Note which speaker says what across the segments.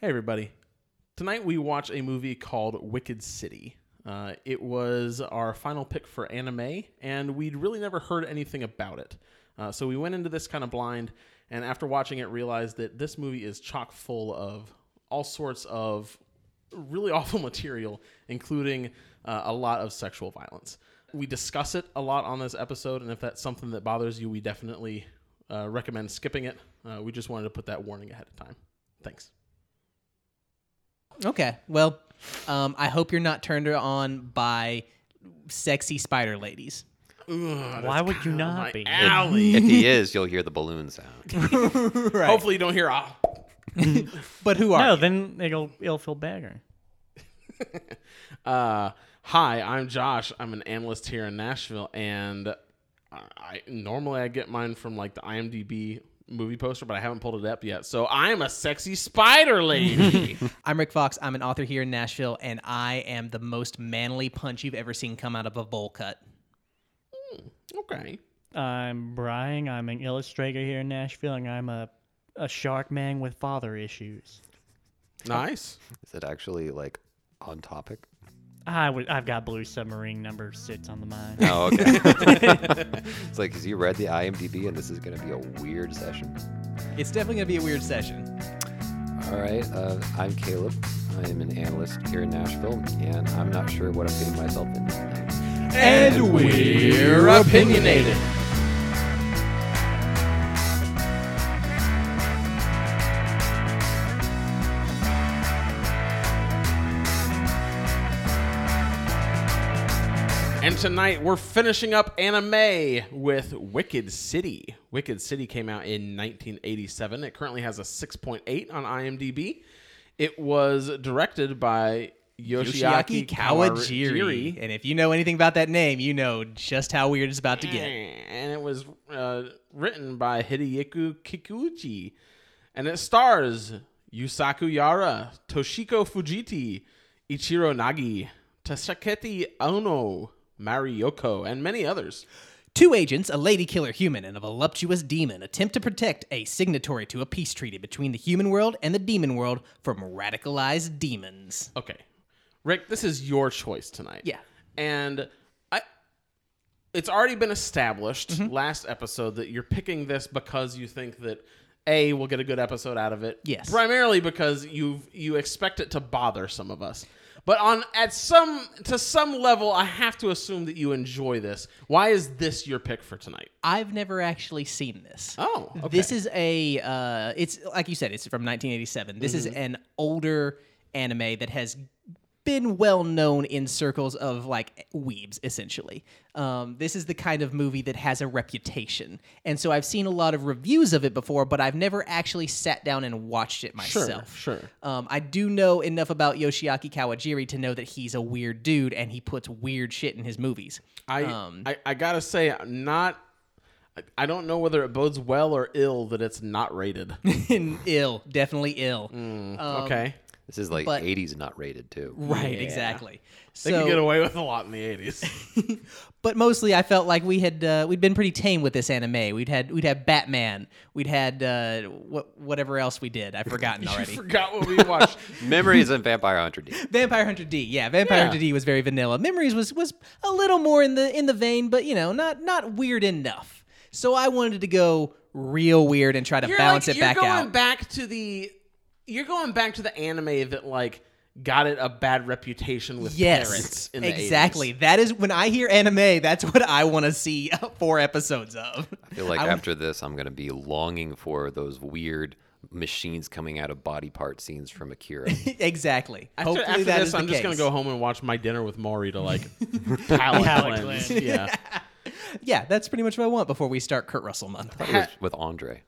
Speaker 1: Hey, everybody. Tonight we watch a movie called Wicked City. Uh, it was our final pick for anime, and we'd really never heard anything about it. Uh, so we went into this kind of blind, and after watching it, realized that this movie is chock full of all sorts of really awful material, including uh, a lot of sexual violence. We discuss it a lot on this episode, and if that's something that bothers you, we definitely uh, recommend skipping it. Uh, we just wanted to put that warning ahead of time. Thanks.
Speaker 2: Okay. Well, um, I hope you're not turned on by sexy spider ladies.
Speaker 3: Why would you not be?
Speaker 1: Alley.
Speaker 4: If he is, you'll hear the balloon sound.
Speaker 2: right.
Speaker 1: Hopefully, you don't hear. Ah.
Speaker 2: But who are
Speaker 3: No,
Speaker 2: you?
Speaker 3: then it'll it'll feel better.
Speaker 1: Uh, hi, I'm Josh. I'm an analyst here in Nashville, and I, I normally I get mine from like the IMDb movie poster, but I haven't pulled it up yet. So I'm a sexy spider lady.
Speaker 2: I'm Rick Fox. I'm an author here in Nashville, and I am the most manly punch you've ever seen come out of a bowl cut.
Speaker 1: okay.
Speaker 3: I'm Brian. I'm an illustrator here in Nashville, and I'm a a shark man with father issues.
Speaker 1: Nice.
Speaker 4: Is it actually like on topic?
Speaker 3: I would, I've got Blue Submarine number six on the mind.
Speaker 4: Oh, okay. it's like, because you read the IMDb and this is going to be a weird session.
Speaker 2: It's definitely gonna be a weird session.
Speaker 4: All right. Uh, I'm Caleb. I am an analyst here in Nashville, and I'm not sure what I'm getting myself into.
Speaker 1: And we're opinionated. And tonight we're finishing up anime with Wicked City. Wicked City came out in 1987. It currently has a 6.8 on IMDb. It was directed by Yoshiaki, Kawajiri.
Speaker 2: And if you know anything about that name, you know just how weird it's about to get.
Speaker 1: And it was uh, written by Hideyoku Kikuchi. And it stars Yusaku Yara, Toshiko Fujiti, Ichiro Nagi, Tasaketi Ono, Mariyoko, and many others.
Speaker 2: Two agents, a lady killer human and a voluptuous demon, attempt to protect a signatory to a peace treaty between the human world and the demon world from radicalized demons.
Speaker 1: Okay. Rick, this is your choice tonight.
Speaker 2: Yeah.
Speaker 1: And I it's already been established
Speaker 2: Mm-hmm.
Speaker 1: last episode that you're picking this because you think that A, we'll get a good episode out of it.
Speaker 2: Yes.
Speaker 1: Primarily because you you expect it to bother some of us. But on at some to some level I have to assume that you enjoy this. Why is this your pick for tonight?
Speaker 2: I've never actually seen this.
Speaker 1: Oh, okay.
Speaker 2: This is a uh, it's like you said, it's from 1987. This is an older anime that has been well known in circles of like weebs essentially. Um, this is the kind of movie that has a reputation. And so I've seen a lot of reviews of it before, but I've never actually sat down and watched it myself.
Speaker 1: sure.
Speaker 2: Um, I do know enough about Yoshiaki Kawajiri to know that he's a weird dude and he puts weird shit in his movies.
Speaker 1: I, I I gotta say, I'm not. I- I don't know whether it bodes well or ill that it's not rated.
Speaker 2: ill, definitely ill.
Speaker 1: Mm, okay,
Speaker 4: This is like
Speaker 2: But-
Speaker 4: 80s not rated, too.
Speaker 2: Right, exactly.
Speaker 1: they could get
Speaker 2: So,
Speaker 1: away with a lot in the eighties.
Speaker 2: but mostly, I felt like we had uh, we'd been pretty tame with this anime. We'd had we'd had Batman. We'd had uh, what whatever else we did. I've forgotten
Speaker 1: I
Speaker 2: already.
Speaker 1: forgot what we watched.
Speaker 4: Memories and Vampire Hunter D.
Speaker 2: Vampire Hunter D. Yeah, Vampire
Speaker 1: Yeah.
Speaker 2: Hunter D was very vanilla. Memories was was a little more in the in the vein, but you know, not not weird enough. So I wanted to go real weird and try to balance
Speaker 1: like-
Speaker 2: it back
Speaker 1: You're going
Speaker 2: out.
Speaker 1: back to the. You're going back to the anime that like got it a bad reputation with parents
Speaker 2: yes,
Speaker 1: in the 80s.
Speaker 2: exactly. That is when I hear anime. That's what I want to see four episodes of.
Speaker 4: I feel like after this, I'm going to be longing for those weird machines coming out of body part scenes from Akira.
Speaker 2: exactly.
Speaker 1: After,
Speaker 2: Hopefully
Speaker 1: after
Speaker 2: that
Speaker 1: this,
Speaker 2: is the
Speaker 1: I'm just gonna
Speaker 2: case.
Speaker 1: go home and watch my dinner with Maury to like palate
Speaker 3: Palate
Speaker 1: cleanse.
Speaker 3: cleanse.
Speaker 1: Yeah.
Speaker 2: Yeah, that's pretty much what I want before we start Kurt Russell month.
Speaker 4: That was with Andre,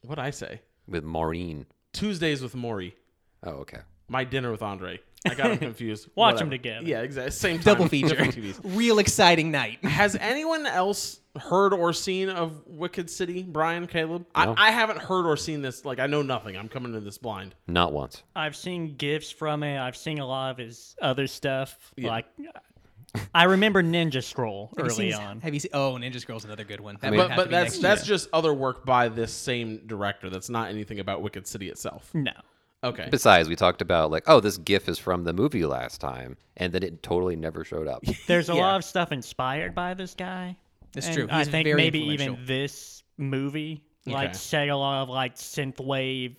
Speaker 1: What I say?
Speaker 4: with Maureen.
Speaker 1: Tuesdays with Maury.
Speaker 4: Oh, okay.
Speaker 1: My dinner with Andre. I got him confused.
Speaker 3: Watch 'em
Speaker 1: Whatever.
Speaker 3: together.
Speaker 1: Yeah, exactly. Same time.
Speaker 2: Double feature.
Speaker 1: different TVs.
Speaker 2: Real exciting night.
Speaker 1: Has anyone else heard or seen of Wicked City? Brian, Caleb,
Speaker 4: No.
Speaker 1: I, I haven't heard or seen this. Like, I know nothing. I'm coming to this blind.
Speaker 4: Not once.
Speaker 3: I've seen gifs from it. I've seen a lot of his other stuff. Like, I remember Ninja Scroll
Speaker 2: Have you
Speaker 3: early
Speaker 2: seen-
Speaker 3: on.
Speaker 2: Have you seen? Oh, Ninja Scroll's another good one. That would
Speaker 1: But
Speaker 2: have to
Speaker 1: but
Speaker 2: be
Speaker 1: that's
Speaker 2: next
Speaker 1: that's
Speaker 2: year.
Speaker 1: just other work by this same director. That's not anything about Wicked City itself.
Speaker 3: No,
Speaker 1: Okay.
Speaker 4: Besides, we talked about like, oh, this GIF is from the movie last time, and then it totally never showed up.
Speaker 3: There's a
Speaker 2: Yeah.
Speaker 3: lot of stuff inspired by this guy.
Speaker 2: That's
Speaker 3: And
Speaker 2: true.
Speaker 3: I
Speaker 2: He's
Speaker 3: think
Speaker 2: very
Speaker 3: maybe
Speaker 2: influential.
Speaker 3: even this movie,
Speaker 1: Okay.
Speaker 3: like, say a lot of like synthwave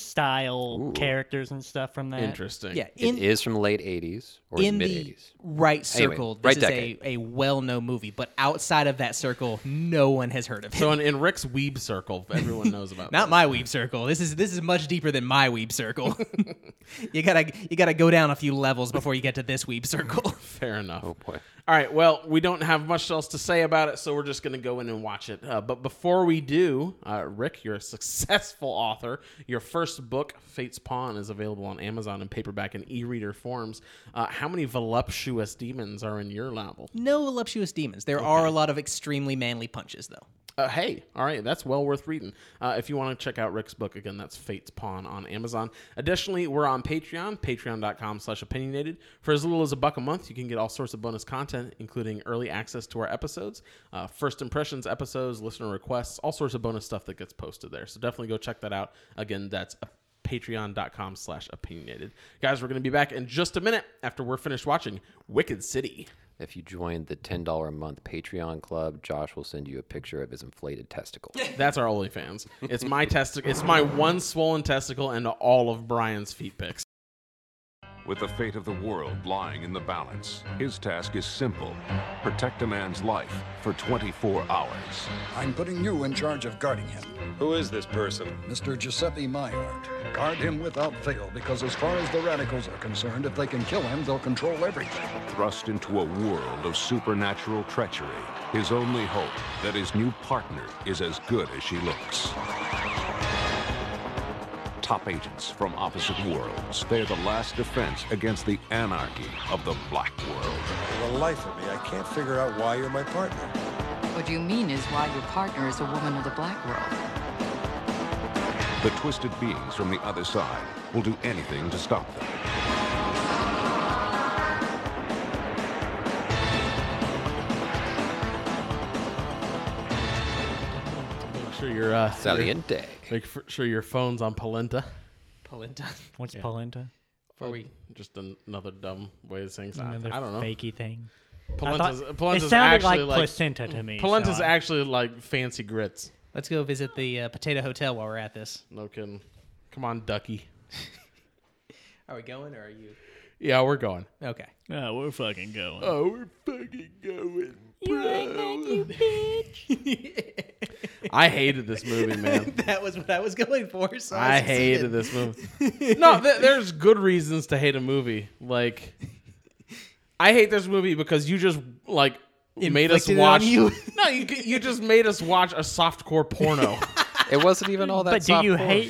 Speaker 3: style
Speaker 4: Ooh.
Speaker 3: characters and stuff from that.
Speaker 1: Interesting.
Speaker 2: Yeah,
Speaker 4: It is
Speaker 2: in
Speaker 4: from the late '80s or
Speaker 2: in
Speaker 4: mid
Speaker 2: the
Speaker 4: '80s.
Speaker 2: right
Speaker 4: Anyway,
Speaker 2: circle,
Speaker 4: right
Speaker 2: this is
Speaker 4: decade.
Speaker 2: a, a well-known movie, but outside of that circle, no one has heard of it.
Speaker 1: So in, in Rick's weeb circle, everyone knows about.
Speaker 2: Not my weeb circle. This is this is much deeper than my weeb circle. you gotta you gotta go down a few levels before you get to this weeb circle.
Speaker 1: Fair enough.
Speaker 4: Oh boy.
Speaker 1: All right. Well, we don't have much else to say about it, so we're just going to go in and watch it. Uh, but before we do, uh, Rick, you're a successful author. Your first book, Fate's Pawn, is available on Amazon in paperback and e-reader forms. Uh, how many voluptuous demons are in your novel?
Speaker 2: no voluptuous demons. There are a lot of extremely manly punches though.
Speaker 1: Uh, hey, all right, that's well worth reading. Uh, if you want to check out Rick's book again, that's Fate's Pawn on Amazon. Additionally, we're on Patreon, Patreon.com/opinionated. For as little as a buck a month, you can get all sorts of bonus content, including early access to our episodes, uh, first impressions episodes, listener requests, all sorts of bonus stuff that gets posted there. So definitely go check that out. Again, that's patreon.com slash opinionated guys we're going to be back in just a minute after we're finished watching wicked city
Speaker 4: If you join the ten dollar a month Patreon club, Josh will send you a picture of his inflated testicle.
Speaker 1: That's our OnlyFans. It's my testicle. It's my one swollen testicle and all of Brian's feet pics.
Speaker 5: With the fate of the world lying in the balance, his task is simple protect a man's life for 24 hours.
Speaker 6: I'm putting you in charge of guarding him,
Speaker 7: Who is this person?
Speaker 6: Mr. Giuseppe Maillard. Guard him without fail, because as far as the radicals are concerned, if they can kill him, they'll control everything.
Speaker 5: Thrust into a world of supernatural treachery, his only hope that his new partner is as good as she looks. Top agents from opposite worlds, they're the last defense against the anarchy of the black world.
Speaker 8: For the life of me, I can't figure out why you're my partner.
Speaker 9: What you mean is why your partner is a woman of the black world.
Speaker 5: The twisted beings from the other side will do anything to stop them.
Speaker 1: Make sure your uh, your,
Speaker 4: Saliente.
Speaker 1: make f- sure your phone's on polenta.
Speaker 2: Polenta.
Speaker 3: What's polenta?
Speaker 1: Or we just an- another dumb way of saying
Speaker 3: Another
Speaker 1: something. I don't know.
Speaker 3: fakey thing. I thought-
Speaker 1: Polenta's, polenta's
Speaker 3: it sounded
Speaker 1: actually
Speaker 3: like,
Speaker 1: like,
Speaker 3: placenta to me.
Speaker 1: polenta's
Speaker 3: so I-
Speaker 1: actually like fancy grits.
Speaker 2: Let's go visit the uh, potato hotel while we're at this.
Speaker 1: No kidding. Come on, Ducky.
Speaker 2: Are we going or are you
Speaker 1: Yeah, we're going.
Speaker 2: okay?
Speaker 3: Oh, we're fucking going.
Speaker 1: Oh, we're fucking going. I hated this movie, man.
Speaker 2: that was what I was going for. So I,
Speaker 1: I
Speaker 2: was-
Speaker 1: hated this movie. no, th- there's good reasons to hate a movie. Like, I hate this movie because you just like made us
Speaker 2: Inflicted it on
Speaker 1: watch.
Speaker 2: you.
Speaker 1: no, you you just made us watch a softcore porno.
Speaker 4: It wasn't even all that.
Speaker 3: but do you
Speaker 4: softcore.
Speaker 3: hate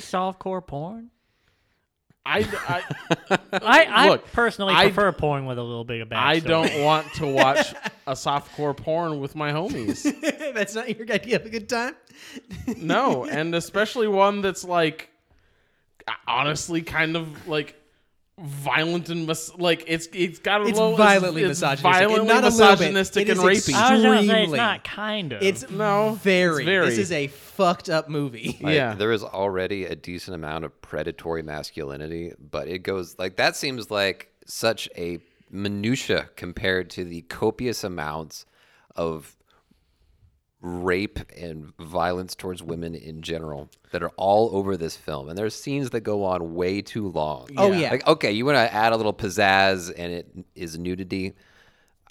Speaker 3: softcore porn?
Speaker 1: I, I,
Speaker 3: I, I
Speaker 1: Look,
Speaker 3: personally
Speaker 1: I-
Speaker 3: prefer porn with a little bit of backstory.
Speaker 1: I don't want to watch a softcore porn with my homies.
Speaker 2: That's not your idea of a good time.
Speaker 1: No, and especially one that's like honestly kind of like violent and mis- like it's it's got a
Speaker 2: It's
Speaker 1: little
Speaker 2: violently
Speaker 1: it's, it's
Speaker 2: misogynistic,
Speaker 1: violently
Speaker 2: not a little bit.
Speaker 1: misogynistic
Speaker 2: It
Speaker 1: and
Speaker 2: is
Speaker 1: rapey.
Speaker 2: extreme.
Speaker 3: I was gonna say it's
Speaker 2: Extremely.
Speaker 3: not kind of.
Speaker 2: It's
Speaker 1: No, it's
Speaker 2: very,
Speaker 1: very.
Speaker 2: This is a fucked up movie.
Speaker 4: Like,
Speaker 1: Yeah.
Speaker 4: There is already a decent amount of predatory masculinity, but it goes like that seems like such a minutia compared to the copious amounts of rape and violence towards women in general that are all over this film. And there's scenes that go on way too long.
Speaker 2: Oh, yeah.
Speaker 4: Like, okay, you want to add a little pizzazz and it is nudity.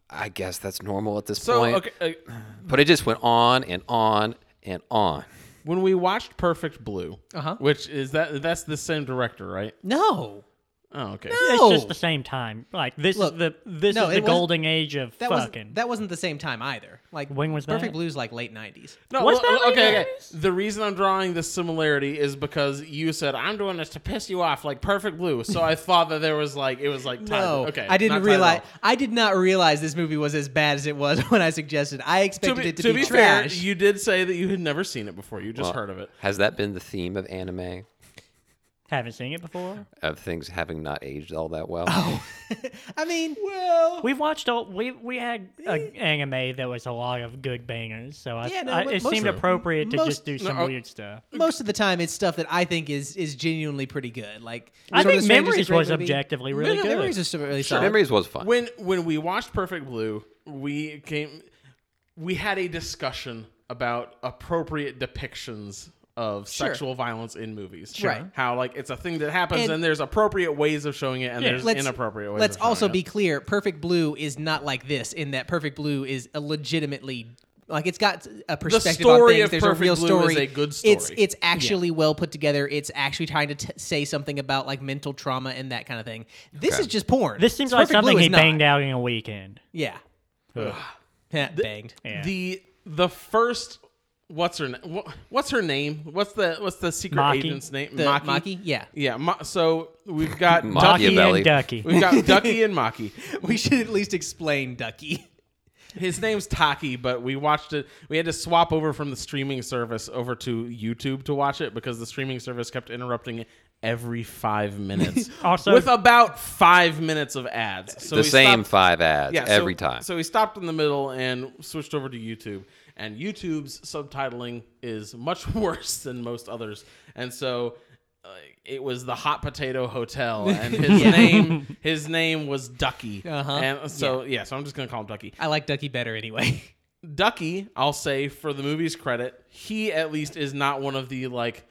Speaker 4: I guess that's normal at this
Speaker 1: so
Speaker 4: point.
Speaker 1: okay, uh,
Speaker 4: But it just went on and on and on.
Speaker 1: when we watched Perfect Blue,
Speaker 2: Uh-huh.
Speaker 1: which is that that's the same director, right?
Speaker 2: No.
Speaker 1: Oh, okay.
Speaker 3: It's
Speaker 2: No.
Speaker 3: just the same time. Like this
Speaker 2: Look,
Speaker 3: is the this
Speaker 2: no,
Speaker 3: is
Speaker 2: it
Speaker 3: the
Speaker 2: wasn't-
Speaker 3: golden age of
Speaker 2: That
Speaker 3: fucking.
Speaker 2: wasn't that wasn't the same time either. Like
Speaker 3: When was
Speaker 2: Perfect
Speaker 3: that?
Speaker 2: Blue's like late nineties.
Speaker 1: No,
Speaker 3: What's
Speaker 1: well,
Speaker 3: that like
Speaker 1: okay,
Speaker 3: that?
Speaker 1: okay. The reason I'm drawing this similarity is because you said I'm doing this to piss you off, like Perfect Blue. So I thought that there was like it was like tied-
Speaker 2: No,
Speaker 1: okay.
Speaker 2: I
Speaker 1: not
Speaker 2: didn't
Speaker 1: tied at
Speaker 2: realize.
Speaker 1: all.
Speaker 2: I did not realize this movie was as bad as it was when I suggested. I
Speaker 1: To
Speaker 2: expected
Speaker 1: be,
Speaker 2: it to,
Speaker 1: to
Speaker 2: be,
Speaker 1: be fair,
Speaker 2: trash.
Speaker 1: you did say that you had never seen it before. You just
Speaker 4: Well,
Speaker 1: heard of it.
Speaker 4: Has that been the theme of anime?
Speaker 3: Haven't seen it before.
Speaker 4: of things having not aged all that well.
Speaker 3: Oh,
Speaker 2: I mean, well,
Speaker 3: We've watched all. We we had an anime that was a lot of good bangers, so I,
Speaker 2: Eh. Yeah, no,
Speaker 3: I-
Speaker 2: mo-
Speaker 3: it
Speaker 2: most-
Speaker 3: seemed appropriate to
Speaker 2: most- oh,
Speaker 3: just do some weird stuff.
Speaker 2: most of the time it's stuff that I think is is genuinely pretty good. Like
Speaker 3: I
Speaker 2: Sort of Strangers
Speaker 3: think
Speaker 2: is a
Speaker 3: Memories
Speaker 2: great
Speaker 3: was
Speaker 2: movie.
Speaker 3: objectively really
Speaker 2: Mem-
Speaker 3: good.
Speaker 2: Memories was really solid.
Speaker 4: Memories was fun.
Speaker 1: When when we watched Perfect Blue, we came we had a discussion about appropriate depictions of
Speaker 2: Sure.
Speaker 1: sexual violence in movies.
Speaker 2: Right.
Speaker 1: How like it's a thing that happens
Speaker 2: And-
Speaker 1: and, there's appropriate ways of showing it and there's
Speaker 2: Let's-
Speaker 1: inappropriate ways
Speaker 2: Let's
Speaker 1: of showing
Speaker 2: also
Speaker 1: it.
Speaker 2: be clear: Perfect Blue is not like this. In that Perfect Blue is a legitimately like it's got a perspective
Speaker 1: story
Speaker 2: on things.
Speaker 1: of
Speaker 2: There's
Speaker 1: Perfect
Speaker 2: a real
Speaker 1: Blue
Speaker 2: story.
Speaker 1: is a good
Speaker 2: It's
Speaker 1: story.
Speaker 2: it's actually well put together. It's actually trying to t- say something about like mental trauma and that kind of thing. This is just porn.
Speaker 3: This seems like
Speaker 2: Perfect
Speaker 3: something
Speaker 2: Blue is
Speaker 3: he
Speaker 2: not.
Speaker 3: banged out in a weekend.
Speaker 2: Yeah. Yeah, banged.
Speaker 3: Yeah.
Speaker 1: the the first what's her na- wha- what's her name? What's the what's the secret
Speaker 3: Maki?
Speaker 1: agent's name?
Speaker 2: The Maki. Yeah.
Speaker 1: Yeah. Ma- so we've got
Speaker 4: Maki.
Speaker 1: Ducky.
Speaker 3: Ducky
Speaker 4: Machiavelli.
Speaker 3: and Ducky.
Speaker 1: We've got Ducky and Maki.
Speaker 2: We should at least explain Ducky.
Speaker 1: His name's Taki, but we watched it. We had to swap over from the streaming service over to YouTube to watch it because the streaming service kept interrupting every five minutes.
Speaker 3: Also-
Speaker 1: with about five minutes of ads. So
Speaker 4: the
Speaker 1: we
Speaker 4: same
Speaker 1: stopped-
Speaker 4: five ads
Speaker 1: yeah, so-
Speaker 4: every time.
Speaker 1: So we stopped in the middle and switched over to YouTube. And YouTube's subtitling is much worse than most others. And so uh, it was the Hot Potato Hotel, and his name his name was Ducky.
Speaker 2: Uh-huh.
Speaker 1: And so yeah, so I'm just gonna call him Ducky.
Speaker 2: I like Ducky better anyway.
Speaker 1: Ducky, I'll say for the movie's credit, he at least is not one of the like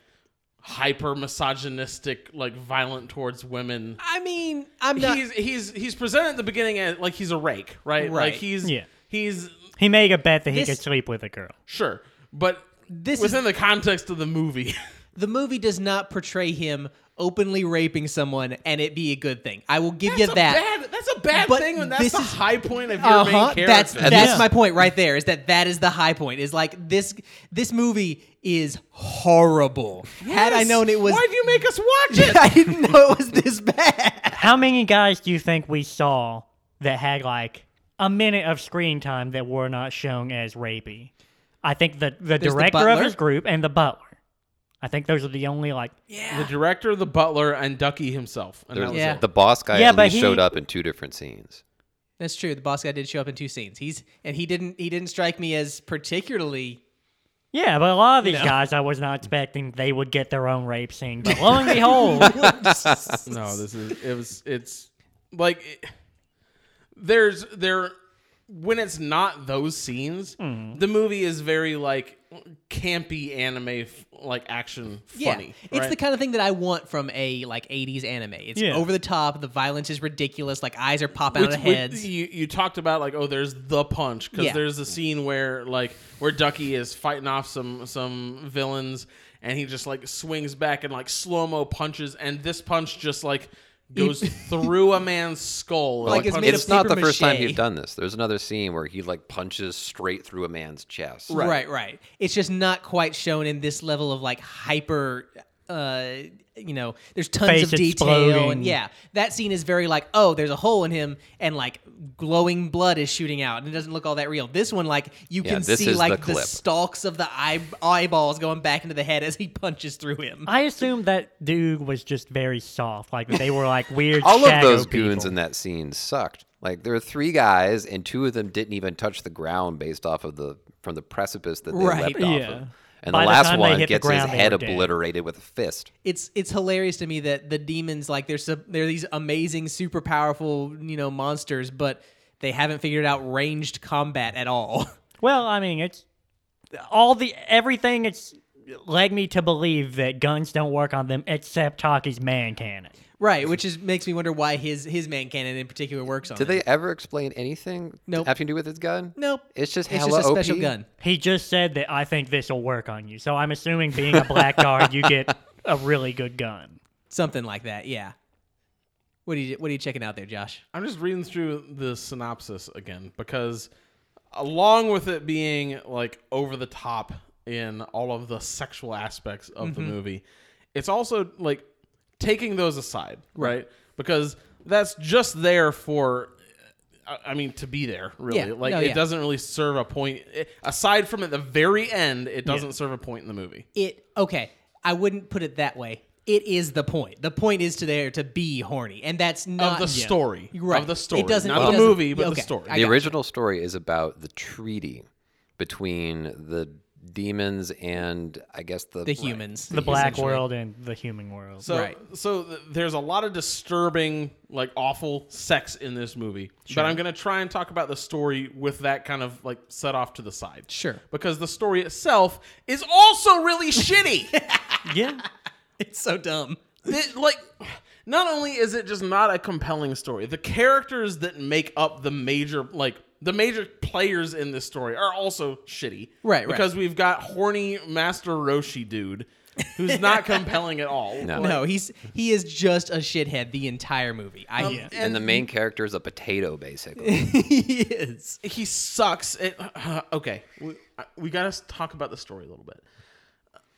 Speaker 1: hyper misogynistic, like violent towards women.
Speaker 2: I mean, I'm not.
Speaker 1: He's he's he's presented at the beginning as like he's a rake, right?
Speaker 2: Right.
Speaker 1: Like he's
Speaker 3: Yeah.
Speaker 1: he's
Speaker 3: He made a bet that he
Speaker 2: This-
Speaker 3: could sleep with a girl.
Speaker 1: sure, but
Speaker 2: This
Speaker 1: within the context of the movie,
Speaker 2: the movie does not portray him openly raping someone and it be a good thing. I will give
Speaker 1: That's
Speaker 2: you
Speaker 1: a
Speaker 2: that.
Speaker 1: bad- that's a bad
Speaker 2: But
Speaker 1: thing when that's
Speaker 2: this
Speaker 1: the
Speaker 2: is-
Speaker 1: high point of your main
Speaker 2: Uh-huh.
Speaker 1: character.
Speaker 2: That's that's
Speaker 3: Yeah.
Speaker 2: my point right there. Is that that is the high point? Is like this this movie is horrible. Had I
Speaker 1: Yes.
Speaker 2: known it was,
Speaker 1: Why'd you make us watch it?
Speaker 2: I didn't know it was this bad.
Speaker 3: How many guys do you think we saw that had like a minute of screen time that were not shown as rapey? I think the
Speaker 2: the
Speaker 3: the director of
Speaker 2: butler.
Speaker 3: his group and the butler. I think those are the only like
Speaker 1: The director, the butler, and Ducky himself. And
Speaker 4: There-
Speaker 1: that was
Speaker 2: Yeah.
Speaker 1: it.
Speaker 4: The boss guy
Speaker 3: Yeah,
Speaker 4: at
Speaker 3: but
Speaker 4: least showed
Speaker 3: he-
Speaker 4: up in two different scenes.
Speaker 2: That's true. The boss guy did show up in two scenes. He's and he didn't he didn't strike me as particularly
Speaker 3: yeah, but a lot of these guys I was not expecting they would get their own rape scene. But lo and behold,
Speaker 1: No, this is it was it's like it, there's there when it's not those scenes, the movie is very like campy anime f- like action funny.
Speaker 2: It's
Speaker 1: right?
Speaker 2: the kind of thing that I want from a like 80s anime. It's
Speaker 3: Yeah.
Speaker 2: over the top, the violence is ridiculous, like eyes are popping
Speaker 1: Which-
Speaker 2: out of
Speaker 1: which
Speaker 2: heads.
Speaker 1: you you talked about like oh there's the punch because
Speaker 2: Yeah.
Speaker 1: there's a scene where like where Ducky is fighting off some some villains and he just like swings back and like slow mo punches and this punch just like goes through a man's skull
Speaker 2: Like, it's
Speaker 1: punches-
Speaker 2: made
Speaker 4: it's
Speaker 2: of
Speaker 4: not the
Speaker 2: paper
Speaker 4: first time
Speaker 2: mache.
Speaker 4: you've done this. There's another scene where he like punches straight through a man's chest.
Speaker 2: right. right, It's just not quite shown in this level of like hyper uh you know, there's tons
Speaker 3: Face
Speaker 2: of detail
Speaker 3: exploding.
Speaker 2: and yeah. That scene is very like, oh, there's a hole in him and like glowing blood is shooting out and it doesn't look all that real. This one like you
Speaker 4: Yeah,
Speaker 2: can
Speaker 4: this
Speaker 2: see
Speaker 4: is
Speaker 2: like
Speaker 4: the
Speaker 2: the,
Speaker 4: clip.
Speaker 2: stalks of the eye- eyeballs going back into the head as he punches through him.
Speaker 3: I assume that dude was just very soft. Like they were like weird.
Speaker 4: All of
Speaker 3: shadow
Speaker 4: those goons
Speaker 3: people.
Speaker 4: in that scene sucked. Like there were three guys, and two of them didn't even touch the ground based off of the from the precipice that they
Speaker 2: Right.
Speaker 4: leapt
Speaker 3: Yeah.
Speaker 4: off of. And
Speaker 3: By
Speaker 4: the
Speaker 3: the
Speaker 4: last
Speaker 3: time they
Speaker 4: one
Speaker 3: hit the
Speaker 4: gets his
Speaker 3: ground, they
Speaker 4: head
Speaker 3: were dead.
Speaker 4: obliterated with a fist.
Speaker 2: it's it's hilarious to me that the demons like they're sub, they're these amazing super powerful you know monsters but they haven't figured out ranged combat at all
Speaker 3: Well, I mean, it's all the everything. It's led me to believe that guns don't work on them except Taki's man cannon.
Speaker 2: right which is makes me wonder why his his man cannon in particular works on
Speaker 4: Did
Speaker 2: him.
Speaker 4: they ever explain anything
Speaker 2: Nope.
Speaker 4: having to do with his gun?
Speaker 2: nope
Speaker 4: It's just
Speaker 2: it's
Speaker 4: hella
Speaker 2: just a special
Speaker 4: OP.
Speaker 2: gun
Speaker 3: He just said that I think this will work on you. So I'm assuming being a blackguard, you get a really good gun.
Speaker 2: something like that yeah what are you what are you checking out there josh
Speaker 1: I'm just reading through the synopsis again because, along with it being like over the top in all of the sexual aspects of
Speaker 2: Mm-hmm.
Speaker 1: the movie, it's also like taking those aside, right? Because that's just there for. I- I mean, to be there, really.
Speaker 2: Yeah.
Speaker 1: Like,
Speaker 2: No,
Speaker 1: it
Speaker 2: yeah.
Speaker 1: doesn't really serve a point. it- aside from at the very end, it doesn't serve a point in the movie.
Speaker 2: it okay i wouldn't put it that way It is the point. The point is to there to be horny, and that's not
Speaker 1: the story.
Speaker 2: Uh, You're Right.
Speaker 1: Of the story.
Speaker 2: It doesn't.
Speaker 1: Not
Speaker 2: it
Speaker 1: the
Speaker 2: doesn't-
Speaker 1: movie, but the
Speaker 2: okay,
Speaker 1: story.
Speaker 2: I got
Speaker 4: the
Speaker 2: you.
Speaker 4: original story is about the treaty between the demons and I guess the
Speaker 2: The humans.
Speaker 3: the black
Speaker 2: essentially.
Speaker 3: world and the human world.
Speaker 1: So,
Speaker 2: Right.
Speaker 1: so th- there's a lot of disturbing, like awful sex in this movie. But I'm gonna try and talk about the story with that kind of like set off to the side.
Speaker 2: Sure.
Speaker 1: Because the story itself is also really shitty.
Speaker 3: yeah,
Speaker 2: It's so dumb.
Speaker 1: Th- like, not only is it just not a compelling story, the characters that make up the major like the major players in this story are also shitty.
Speaker 2: Right, right.
Speaker 1: Because we've got horny Master Roshi dude, who's not compelling at all.
Speaker 4: No.
Speaker 2: No, he's he is just a shithead the entire movie. I
Speaker 1: Oh,
Speaker 4: And, the main character is a potato, basically.
Speaker 2: he is.
Speaker 1: he sucks. It, okay, we, uh, we gotta s- talk about the story a little bit.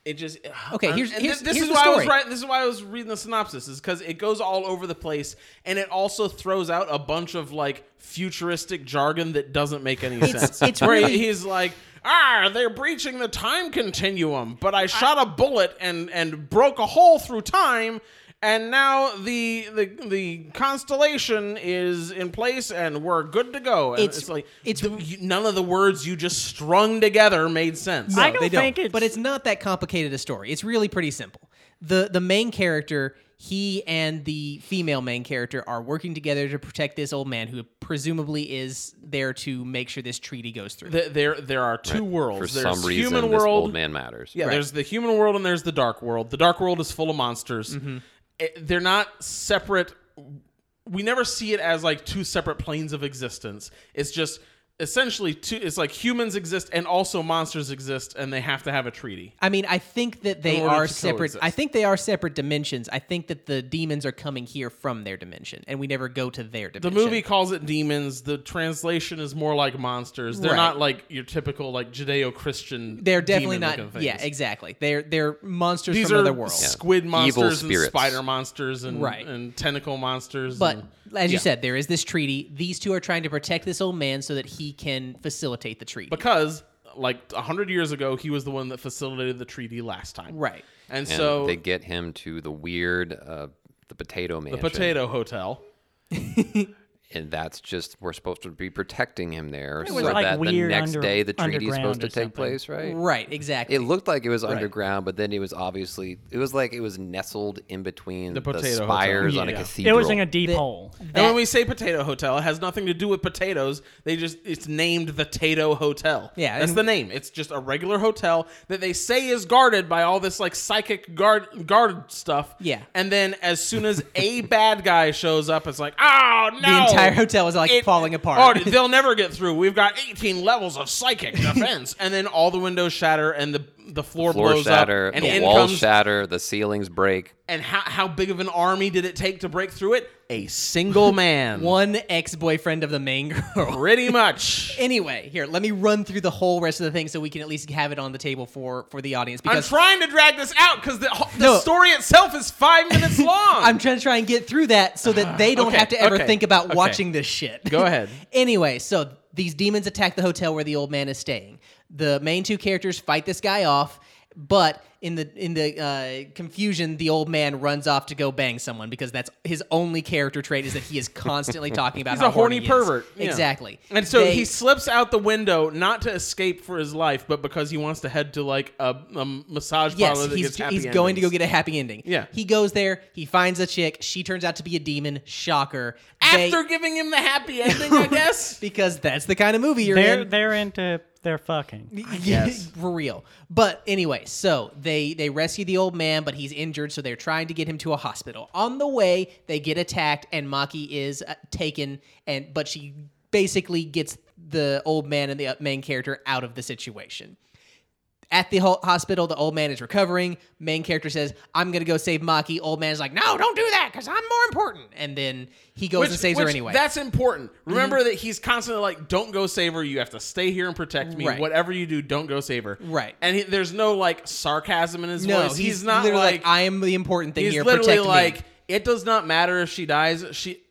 Speaker 1: It just
Speaker 2: Okay,
Speaker 1: I'm-
Speaker 2: here's-
Speaker 1: and
Speaker 2: here's-
Speaker 1: thi- this
Speaker 2: here's
Speaker 1: is
Speaker 2: the
Speaker 1: why I was
Speaker 2: story.
Speaker 1: right. This is why I was reading the synopsis is because it goes all over the place and it also throws out a bunch of like futuristic jargon that doesn't make any sense.
Speaker 2: it's
Speaker 1: where
Speaker 2: really-
Speaker 1: he's like. Ah, they're breaching the time continuum, but I shot a bullet and and broke a hole through time, and now the the the constellation is in place and we're good to go. And
Speaker 2: It's-
Speaker 1: it's, like
Speaker 2: it's-
Speaker 1: the- you- none of the words you just strung together made sense.
Speaker 3: I
Speaker 2: No,
Speaker 3: don't
Speaker 2: they
Speaker 3: think it's-
Speaker 2: But it's not that complicated a story. It's really pretty simple. The the main character, he and the female main character are working together to protect this old man who presumably is there to make sure this treaty goes through.
Speaker 1: Th- there there are two worlds.
Speaker 4: For
Speaker 1: there's
Speaker 4: some reason,
Speaker 1: human
Speaker 4: this
Speaker 1: world.
Speaker 4: old man matters.
Speaker 1: Yeah, there's the human world and there's the dark world. The dark world is full of monsters. It- they're not separate. We never see it as like two separate planes of existence. It's just essentially two. It's like humans exist and also monsters exist, and they have to have a treaty.
Speaker 2: I mean, I think that they
Speaker 1: In order
Speaker 2: are
Speaker 1: to
Speaker 2: separate.
Speaker 1: coexist.
Speaker 2: I think they are separate dimensions. I think that the demons are coming here from their dimension, and we never go to their
Speaker 1: The
Speaker 2: dimension.
Speaker 1: movie calls it demons. The translation is more like monsters. They're
Speaker 2: Right.
Speaker 1: not like your typical like Judeo-Christian.
Speaker 2: They're definitely
Speaker 1: demon-looking
Speaker 2: not. Yeah,
Speaker 1: things.
Speaker 2: exactly. They're they're monsters
Speaker 1: These
Speaker 2: from
Speaker 1: are
Speaker 2: another world.
Speaker 1: squid monsters and
Speaker 4: spirits.
Speaker 1: spider monsters and
Speaker 2: Right.
Speaker 1: and tentacle monsters.
Speaker 2: But
Speaker 1: and-
Speaker 2: as you
Speaker 1: Mm-hmm. Yeah.
Speaker 2: said, there is this treaty. These two are trying to protect this old man so that he can facilitate the treaty.
Speaker 1: because like a hundred years ago, he was the one that facilitated the treaty last time.
Speaker 2: right.
Speaker 1: and,
Speaker 4: And
Speaker 1: so
Speaker 4: they get him to the weird, uh, the potato man.
Speaker 1: the potato hotel.
Speaker 4: And that's just, we're supposed to be protecting him there so
Speaker 3: was like
Speaker 4: that the
Speaker 3: weird
Speaker 4: next
Speaker 3: under-
Speaker 4: day the treaty is
Speaker 3: underground
Speaker 4: supposed to
Speaker 3: or
Speaker 4: take
Speaker 3: something.
Speaker 4: place, right?
Speaker 2: Right, exactly.
Speaker 4: It looked like it was underground, but then it was obviously, it was like it was nestled in between the,
Speaker 1: potato hotel.
Speaker 4: spires on a
Speaker 1: Yeah.
Speaker 4: cathedral.
Speaker 3: it was in a deep
Speaker 2: That-
Speaker 3: hole.
Speaker 1: And when
Speaker 2: That-
Speaker 1: we say potato hotel, it has nothing to do with potatoes. They just it's named the Tato Hotel.
Speaker 2: Yeah,
Speaker 1: that's
Speaker 2: and-
Speaker 1: the name. It's just a regular hotel that they say is guarded by all this like psychic guard guard stuff.
Speaker 2: Yeah.
Speaker 1: and then as soon as a bad guy shows up, it's like oh no,
Speaker 2: the entire hotel is like
Speaker 1: It-
Speaker 2: falling apart.
Speaker 1: Oh, they'll never get through. We've got 18 levels of psychic defense, and then all the windows shatter, and the the floor,
Speaker 4: floor
Speaker 1: blows
Speaker 4: shatter,
Speaker 1: up, and
Speaker 4: the
Speaker 1: in
Speaker 4: walls
Speaker 1: comes-
Speaker 4: shatter, the ceilings break.
Speaker 1: And how how big of an army did it take to break through it? A single man.
Speaker 2: One ex boyfriend of the main girl.
Speaker 1: pretty much.
Speaker 2: Anyway, here let me run through the whole rest of the thing so we can at least have it on the table for for the audience.
Speaker 1: I'm
Speaker 2: Because
Speaker 1: trying to drag this out because the, the
Speaker 2: No.
Speaker 1: story itself is five minutes long.
Speaker 2: I'm trying to try and get through that so that they don't
Speaker 1: Okay,
Speaker 2: have to ever
Speaker 1: Uh-huh. okay,
Speaker 2: think about
Speaker 1: okay.
Speaker 2: watching this shit.
Speaker 1: Go ahead.
Speaker 2: anyway, so these demons attack the hotel where the old man is staying. The main two characters fight this guy off, but in the in the uh, confusion, the old man runs off to go bang someone because that's his only character trait is that he is constantly talking about
Speaker 1: He's
Speaker 2: how
Speaker 1: a horny
Speaker 2: he is.
Speaker 1: pervert. Yeah.
Speaker 2: Exactly.
Speaker 1: And so
Speaker 2: They-
Speaker 1: he slips out the window, not to escape for his life, but because he wants to head to like a, a massage
Speaker 2: Yes,
Speaker 1: parlor that
Speaker 2: he's,
Speaker 1: gets happy
Speaker 2: he's going to go
Speaker 1: endings.
Speaker 2: get a happy ending.
Speaker 1: Yeah.
Speaker 2: He goes there, he finds a chick, she turns out to be a demon. Shocker. They-
Speaker 1: after giving him the happy ending, I guess.
Speaker 2: because that's the kind of movie you're
Speaker 3: They're
Speaker 2: in.
Speaker 3: they're into their fucking.
Speaker 1: guess.
Speaker 2: for real. But anyway, so they they rescue the old man, but he's injured, so they're trying to get him to a hospital. On the way, they get attacked, and Maki is uh, taken, and but she basically gets the old man and the uh, main character out of the situation. At the ho- hospital, the old man is recovering. Main character says, "I'm gonna go save Maki." Old man's like, "No, don't do that, cause I'm more important." And then he goes and saves her anyway. Mm-hmm.
Speaker 1: That's important. Remember that he's constantly like, "Don't go save her. You have to stay here and protect me.
Speaker 2: Right.
Speaker 1: Whatever you do, don't go save her."
Speaker 2: Right.
Speaker 1: And he, there's no like sarcasm in his
Speaker 2: no,
Speaker 1: voice.
Speaker 2: he's,
Speaker 1: He's, not
Speaker 2: literally
Speaker 1: like,
Speaker 2: "I am the important thing
Speaker 1: he's
Speaker 2: here."
Speaker 1: literally
Speaker 2: protect me."
Speaker 1: like, "It does not matter if she dies. She."